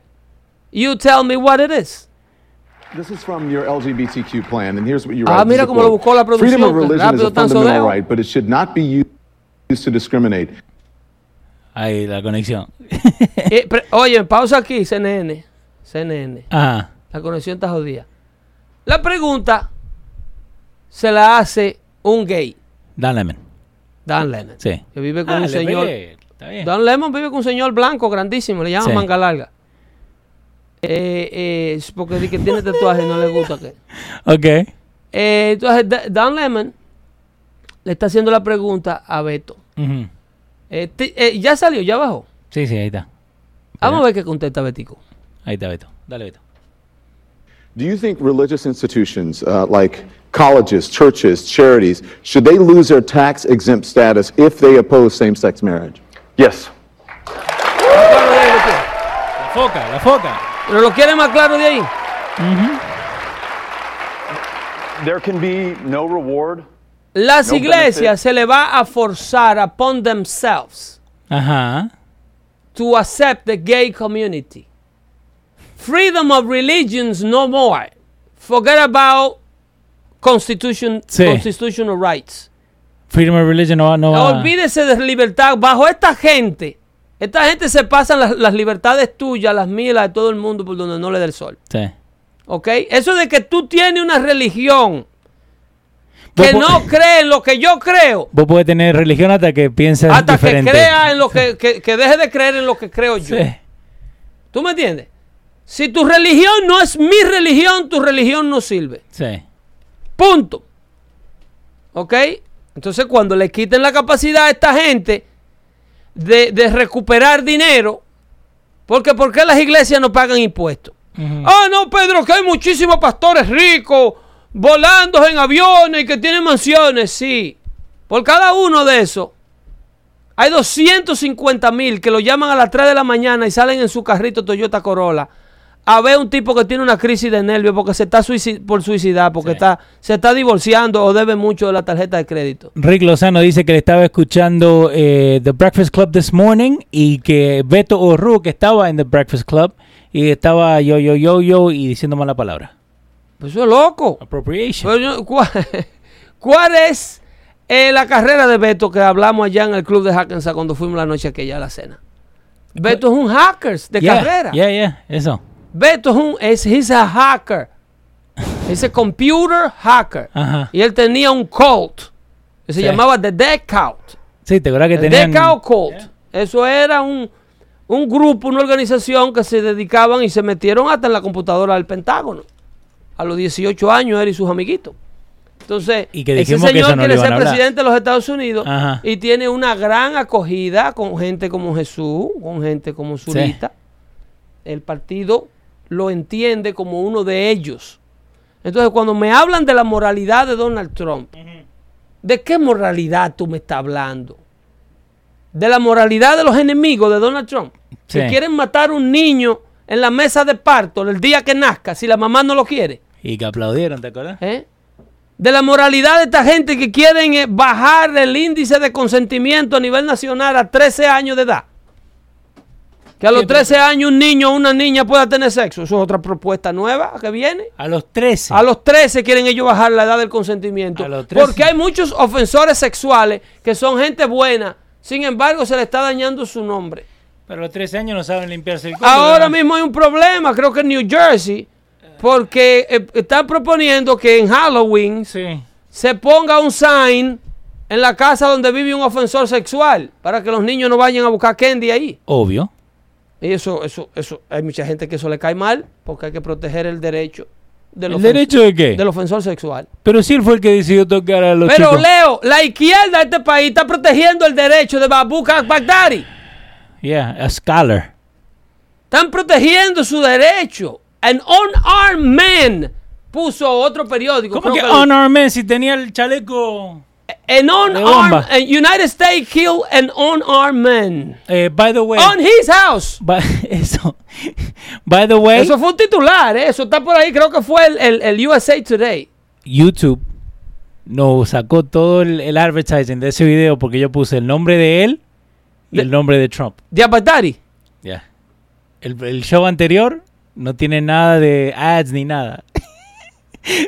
Speaker 1: you tell me what it is.
Speaker 5: This is from your LGBTQ plan, and here's what you
Speaker 1: Ah,
Speaker 5: write. This
Speaker 1: mira
Speaker 5: is a
Speaker 1: cómo lo
Speaker 5: quote.
Speaker 1: buscó la producción,
Speaker 5: Freedom of
Speaker 1: que
Speaker 5: religion is
Speaker 1: rápido
Speaker 5: a
Speaker 1: tan
Speaker 5: fundamental
Speaker 1: sodeo.
Speaker 5: right, but it should not be used to discriminate.
Speaker 2: Ahí la conexión.
Speaker 1: Eh, pre- oye, pausa aquí, CNN. CNN.
Speaker 2: Ajá.
Speaker 1: La conexión está jodida. La pregunta se la hace un gay,
Speaker 2: Dan Lemon.
Speaker 1: Dan Lennon.
Speaker 2: Sí.
Speaker 1: Que vive con un
Speaker 2: Dale,
Speaker 1: señor.
Speaker 2: Pedro, Está bien.
Speaker 1: Don Lemon vive con un señor blanco grandísimo, le llaman
Speaker 2: Sí.
Speaker 1: manga larga. Eh, eh, es porque di que tiene tatuaje no le gusta que.
Speaker 2: Ok.
Speaker 1: Eh, entonces, Da- Don Lemon le está haciendo la pregunta a Beto.
Speaker 2: Ujú.
Speaker 1: Eh, ti- eh, ya salió, ya bajó.
Speaker 2: Sí, sí, ahí está.
Speaker 1: Vamos a ver qué contesta Betico.
Speaker 2: Ahí está Beto. Dale, Beto.
Speaker 5: Do you think religious institutions uh, like colleges, churches, charities, should they lose their tax exempt status if they oppose same sex marriage?
Speaker 6: Yes.
Speaker 2: La foca, la foca.
Speaker 1: Pero lo quiere más claro de ahí.
Speaker 6: There can be no reward.
Speaker 1: Las
Speaker 6: No benefit.
Speaker 1: iglesias se le va a forzar upon themselves
Speaker 2: Ajá.
Speaker 1: to accept the gay community. Freedom of religions no more. Forget about constitution,
Speaker 2: Sí.
Speaker 1: constitutional rights.
Speaker 2: Freedom of religion no va. No va-
Speaker 1: Olvídese de libertad. Bajo esta gente, esta gente se pasan las, las libertades tuyas, las mías, las de todo el mundo por donde no le dé el sol.
Speaker 2: Sí.
Speaker 1: ¿Ok? Eso de que tú tienes una religión que
Speaker 2: Vos-
Speaker 1: no cree en lo que yo creo.
Speaker 2: Vos podés tener religión hasta que pienses
Speaker 1: Hasta
Speaker 2: diferente.
Speaker 1: que crea en lo que, que, que deje de creer en lo que creo yo.
Speaker 2: Sí.
Speaker 1: ¿Tú me entiendes? Si tu religión no es mi religión, tu religión no sirve.
Speaker 2: Sí.
Speaker 1: Punto. ¿Ok? Entonces cuando le quiten la capacidad a esta gente de, de recuperar dinero, porque ¿por qué las iglesias no pagan impuestos? Ah, no, Pedro, que hay muchísimos pastores ricos volando en aviones y que tienen mansiones, sí. Por cada uno de esos, hay 250 mil que lo llaman a las 3 de la mañana y salen en su carrito Toyota Corolla a ver un tipo que tiene una crisis de nervios porque se está suici- por suicidar, porque está, se está divorciando o debe mucho de la tarjeta de crédito.
Speaker 2: Rick Lozano dice que le estaba escuchando eh, The Breakfast Club this morning y que Beto O'Rourke estaba en The Breakfast Club y estaba yo, yo, yo, yo y diciendo mala palabra.
Speaker 1: Pues eso es loco.
Speaker 2: Appropriation.
Speaker 1: Pero yo- ¿cuál, cuál es eh, la carrera de Beto que hablamos allá en el club de Hackensack cuando fuimos la noche aquella a la cena? Beto es un hacker de
Speaker 2: Pues yeah,
Speaker 1: carrera.
Speaker 2: Yeah, yeah, eso.
Speaker 1: Beto es un es he's a hacker. He's a computer hacker.
Speaker 2: Ajá.
Speaker 1: Y él tenía un cult que se
Speaker 2: Sí.
Speaker 1: llamaba The Dead Cult.
Speaker 2: Sí, te acuerdas que
Speaker 1: The
Speaker 2: tenían...
Speaker 1: Dead Cow Cult. Eso era un, un grupo, una organización que se dedicaban y se metieron hasta en la computadora del Pentágono. A los 18 años él y sus amiguitos. Entonces,
Speaker 2: Y que
Speaker 1: ese
Speaker 2: dijimos que eso
Speaker 1: señor
Speaker 2: no
Speaker 1: quiere
Speaker 2: le iban
Speaker 1: ser
Speaker 2: a hablar.
Speaker 1: presidente de los Estados Unidos
Speaker 2: Ajá.
Speaker 1: y tiene una gran acogida con gente como Jesús, con gente como Zurita. El partido lo entiende como uno de ellos. Entonces, cuando me hablan de la moralidad de Donald Trump, ¿de qué moralidad tú me estás hablando? de la moralidad de los enemigos de Donald Trump.
Speaker 2: Sí.
Speaker 1: Si quieren matar un niño en la mesa de parto el día que nazca, si la mamá no lo quiere.
Speaker 2: Y que aplaudieron, ¿te acuerdas?
Speaker 1: ¿eh? De la moralidad de esta gente que quieren eh, bajar el índice de consentimiento a nivel nacional a 13 años de edad. Que a los 13 años un niño o una niña pueda tener sexo. Eso es otra propuesta nueva que viene.
Speaker 2: A los 13.
Speaker 1: A los 13 quieren ellos bajar la edad del consentimiento.
Speaker 2: A los 13.
Speaker 1: Porque hay muchos ofensores sexuales que son gente buena. Sin embargo, se le está dañando su nombre.
Speaker 2: Pero a los 13 años no saben limpiarse el culo.
Speaker 1: Ahora
Speaker 2: ¿verdad?
Speaker 1: mismo hay un problema, creo que en New Jersey, porque eh, están proponiendo que en Halloween
Speaker 2: Sí.
Speaker 1: se ponga un sign en la casa donde vive un ofensor sexual para que los niños no vayan a buscar candy ahí.
Speaker 2: Obvio.
Speaker 1: Y eso, eso, eso, hay mucha gente que eso le cae mal porque hay que proteger el derecho del,
Speaker 2: ¿El
Speaker 1: ofensor-
Speaker 2: derecho de qué?
Speaker 1: del ofensor sexual.
Speaker 2: Pero sí él fue el que decidió tocar a los
Speaker 1: Pero
Speaker 2: chicos.
Speaker 1: Leo, la izquierda de este país está protegiendo el derecho de Babu Baghdadi.
Speaker 2: Yeah, a scholar.
Speaker 1: Están protegiendo su derecho. An unarmed man puso otro periódico.
Speaker 2: ¿Cómo
Speaker 1: creo
Speaker 2: que
Speaker 1: lo-
Speaker 2: Honor Messi tenía el chaleco?
Speaker 1: An
Speaker 2: De bomba?
Speaker 1: unarmed. a United States killed an unarmed man.
Speaker 2: Eh, by the way.
Speaker 1: On his house.
Speaker 2: By, eso. By the way,
Speaker 1: Eso fue un titular, ¿eh? eso está por ahí. Creo que fue el, el- el USA Today.
Speaker 2: YouTube nos sacó todo el, el advertising de ese video porque yo puse el nombre de él y
Speaker 1: De-
Speaker 2: el nombre de Trump.
Speaker 1: De Abadari.
Speaker 2: Ya. El, el show anterior no tiene nada de ads ni nada.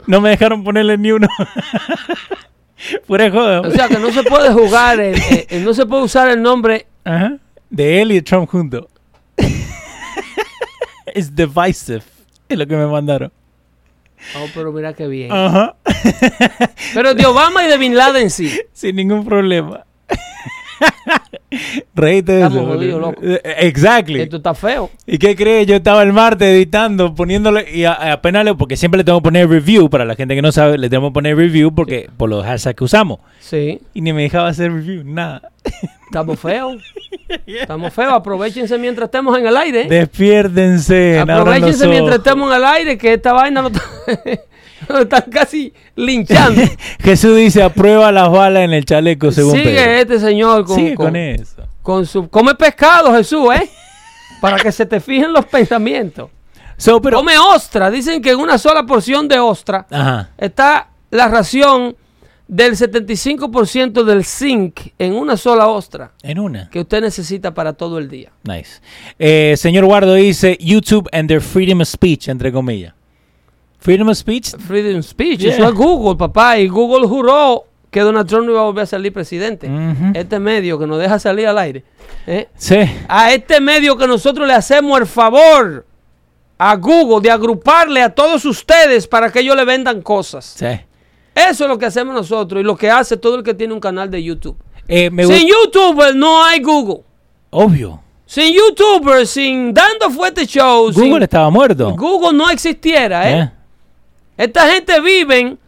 Speaker 2: no me dejaron ponerle ni uno. Pura joda.
Speaker 1: O sea que no se puede jugar, el- el- el- no se puede usar el nombre.
Speaker 2: Ajá. De él y de Trump junto. Es divisive. Es lo que me mandaron.
Speaker 1: Oh, pero mira qué bien.
Speaker 2: Ajá.
Speaker 1: Pero de Obama y de Bin Laden sí.
Speaker 2: Sin ningún problema. Reíte de
Speaker 1: Estamos
Speaker 2: eso,
Speaker 1: jodidos,
Speaker 2: boludo.
Speaker 1: loco.
Speaker 2: Eh, Exactly.
Speaker 1: Esto está feo.
Speaker 2: ¿Y qué crees? Yo estaba el martes editando, poniéndole, y a- a- apenas le, porque siempre le tengo que poner review, para la gente que no sabe, le tengo que poner review porque por los hashtags que usamos.
Speaker 1: Sí.
Speaker 2: Y ni me dejaba hacer review, nada.
Speaker 1: Estamos feos. Estamos feos. Aprovechense mientras estemos en el aire.
Speaker 2: Despiérdense. abran los
Speaker 1: Aprovechense mientras
Speaker 2: ojos.
Speaker 1: estemos en el aire, que esta vaina lo, lo están casi linchando.
Speaker 2: Jesús dice, aprueba las balas en el chaleco, según
Speaker 1: Sigue
Speaker 2: Pedro.
Speaker 1: este señor con,
Speaker 2: Sigue
Speaker 1: con-
Speaker 2: con, eso.
Speaker 1: con su... Come pescado, Jesús, ¿eh? Para que se te fijen los pensamientos.
Speaker 2: So, pero, Ah.
Speaker 1: Come ostra. Dicen que en una sola porción de ostra
Speaker 2: Ajá.
Speaker 1: está la ración del 75% del zinc en una sola ostra
Speaker 2: En una.
Speaker 1: que usted necesita para todo el día.
Speaker 2: Nice. Eh, señor Guardo dice YouTube and their freedom of speech, entre comillas. Freedom of speech.
Speaker 1: Freedom speech,
Speaker 2: Yeah.
Speaker 1: eso es Google, papá, y Google juró que Donald Trump no iba a volver a salir presidente.
Speaker 2: Ujú.
Speaker 1: Este medio que nos deja salir al aire. ¿eh?
Speaker 2: Sí.
Speaker 1: A este medio que nosotros le hacemos el favor a Google de agruparle a todos ustedes para que ellos le vendan cosas.
Speaker 2: Sí.
Speaker 1: Eso es lo que hacemos nosotros y lo que hace todo el que tiene un canal de YouTube.
Speaker 2: Eh, me
Speaker 1: Sin
Speaker 2: gu-
Speaker 1: YouTube no hay Google.
Speaker 2: Obvio.
Speaker 1: Sin YouTubers, sin Dando Fuerte Show,
Speaker 2: Google
Speaker 1: sin-
Speaker 2: estaba muerto.
Speaker 1: Google no existiera, ¿eh?
Speaker 2: Eh.
Speaker 1: Esta gente viven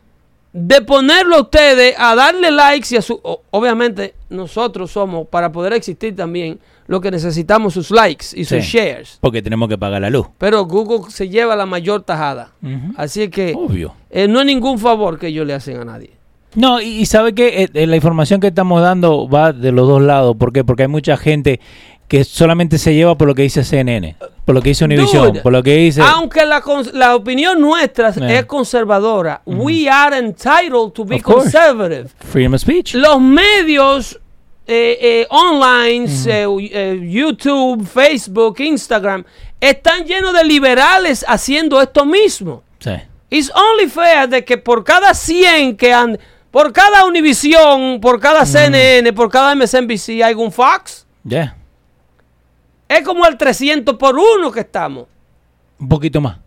Speaker 1: de ponerlo a ustedes a darle likes y a su... o- Obviamente nosotros somos, para poder existir también, lo que necesitamos sus likes y sus
Speaker 2: Sí.
Speaker 1: shares.
Speaker 2: Porque tenemos que pagar la luz.
Speaker 1: Pero Google se lleva la mayor tajada. Así que
Speaker 2: Obvio.
Speaker 1: eh, no es ningún favor que ellos le hacen a nadie.
Speaker 2: No, y, y sabe que la información que estamos dando va de los dos lados. ¿Por qué? Porque hay mucha gente que solamente se lleva por lo que dice CNN, por lo que dice Univision,
Speaker 1: Dude,
Speaker 2: por lo que dice.
Speaker 1: Aunque la, cons- la opinión nuestra
Speaker 2: Eh.
Speaker 1: es conservadora, we are entitled to be
Speaker 2: Of course.
Speaker 1: conservative.
Speaker 2: Freedom of speech.
Speaker 1: los medios eh, eh, online, eh, u- eh, YouTube, Facebook, Instagram, están llenos de liberales haciendo esto mismo.
Speaker 2: Sí.
Speaker 1: It's only fair de que por cada 100 que han, por cada Univision, por cada CNN, por cada MSNBC hay un fax.
Speaker 2: Ya.
Speaker 1: Es como el 300 por uno que estamos.
Speaker 2: Un poquito más.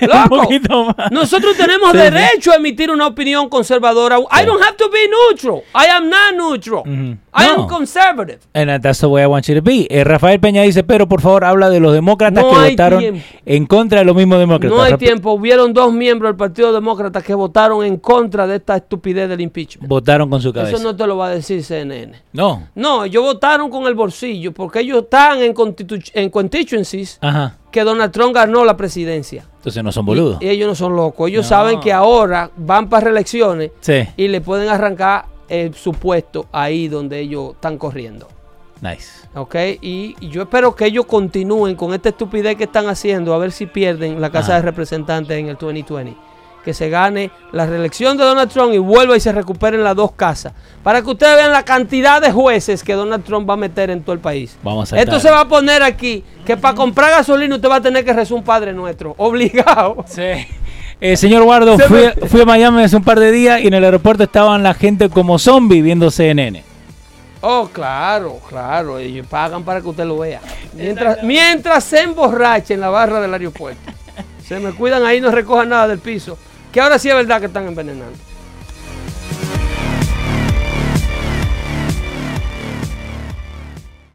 Speaker 1: Loco,
Speaker 2: Un poquito más.
Speaker 1: nosotros tenemos
Speaker 2: Sí, sí.
Speaker 1: derecho a emitir una opinión conservadora. I don't have to be neutral. I am not neutral.
Speaker 2: Ujú.
Speaker 1: I
Speaker 2: No.
Speaker 1: am conservative.
Speaker 2: And that's the way I want you to be. Eh, Rafael Peña dice, pero por favor habla de los demócratas
Speaker 1: No
Speaker 2: que
Speaker 1: hay
Speaker 2: votaron
Speaker 1: tiempo.
Speaker 2: en contra de los mismos demócratas.
Speaker 1: No hay
Speaker 2: Rap-
Speaker 1: tiempo. Hubieron dos miembros del Partido Demócrata que votaron en contra de esta estupidez del impeachment.
Speaker 2: Votaron con su cabeza.
Speaker 1: Eso no te lo va a decir CNN.
Speaker 2: no.
Speaker 1: No, ellos votaron con el bolsillo porque ellos están en, constitu- en constituencies
Speaker 2: Ajá.
Speaker 1: que Donald Trump ganó la presidencia.
Speaker 2: Entonces no son boludos.
Speaker 1: Y ellos no son locos. Ellos saben que ahora van para reelecciones
Speaker 2: Sí.
Speaker 1: y le pueden arrancar eh, su puesto ahí donde ellos están corriendo.
Speaker 2: Nice.
Speaker 1: ¿Ok? Y, y yo espero que ellos continúen con esta estupidez que están haciendo, a ver si pierden la Casa
Speaker 2: Ajá.
Speaker 1: de Representantes en el 2020. Que se gane la reelección de Donald Trump y vuelva y se recuperen las dos casas. Para que ustedes vean la cantidad de jueces que Donald Trump va a meter en todo el país.
Speaker 2: Vamos a
Speaker 1: Esto
Speaker 2: saltar.
Speaker 1: se va a poner aquí, que para comprar gasolina usted va a tener que rezar un Padre Nuestro. Obligado.
Speaker 2: Sí. Eh, señor Guardo,
Speaker 1: Se
Speaker 2: fui,
Speaker 1: me-
Speaker 2: fui a Miami hace un par de días y en el aeropuerto estaban la gente como zombie viendo CNN.
Speaker 1: Oh, claro, claro. Ellos pagan para que usted lo vea. Mientras, mientras se emborrache en la barra del aeropuerto. Se me cuidan ahí, no recojan nada del piso. Que ahora sí es verdad que están envenenando.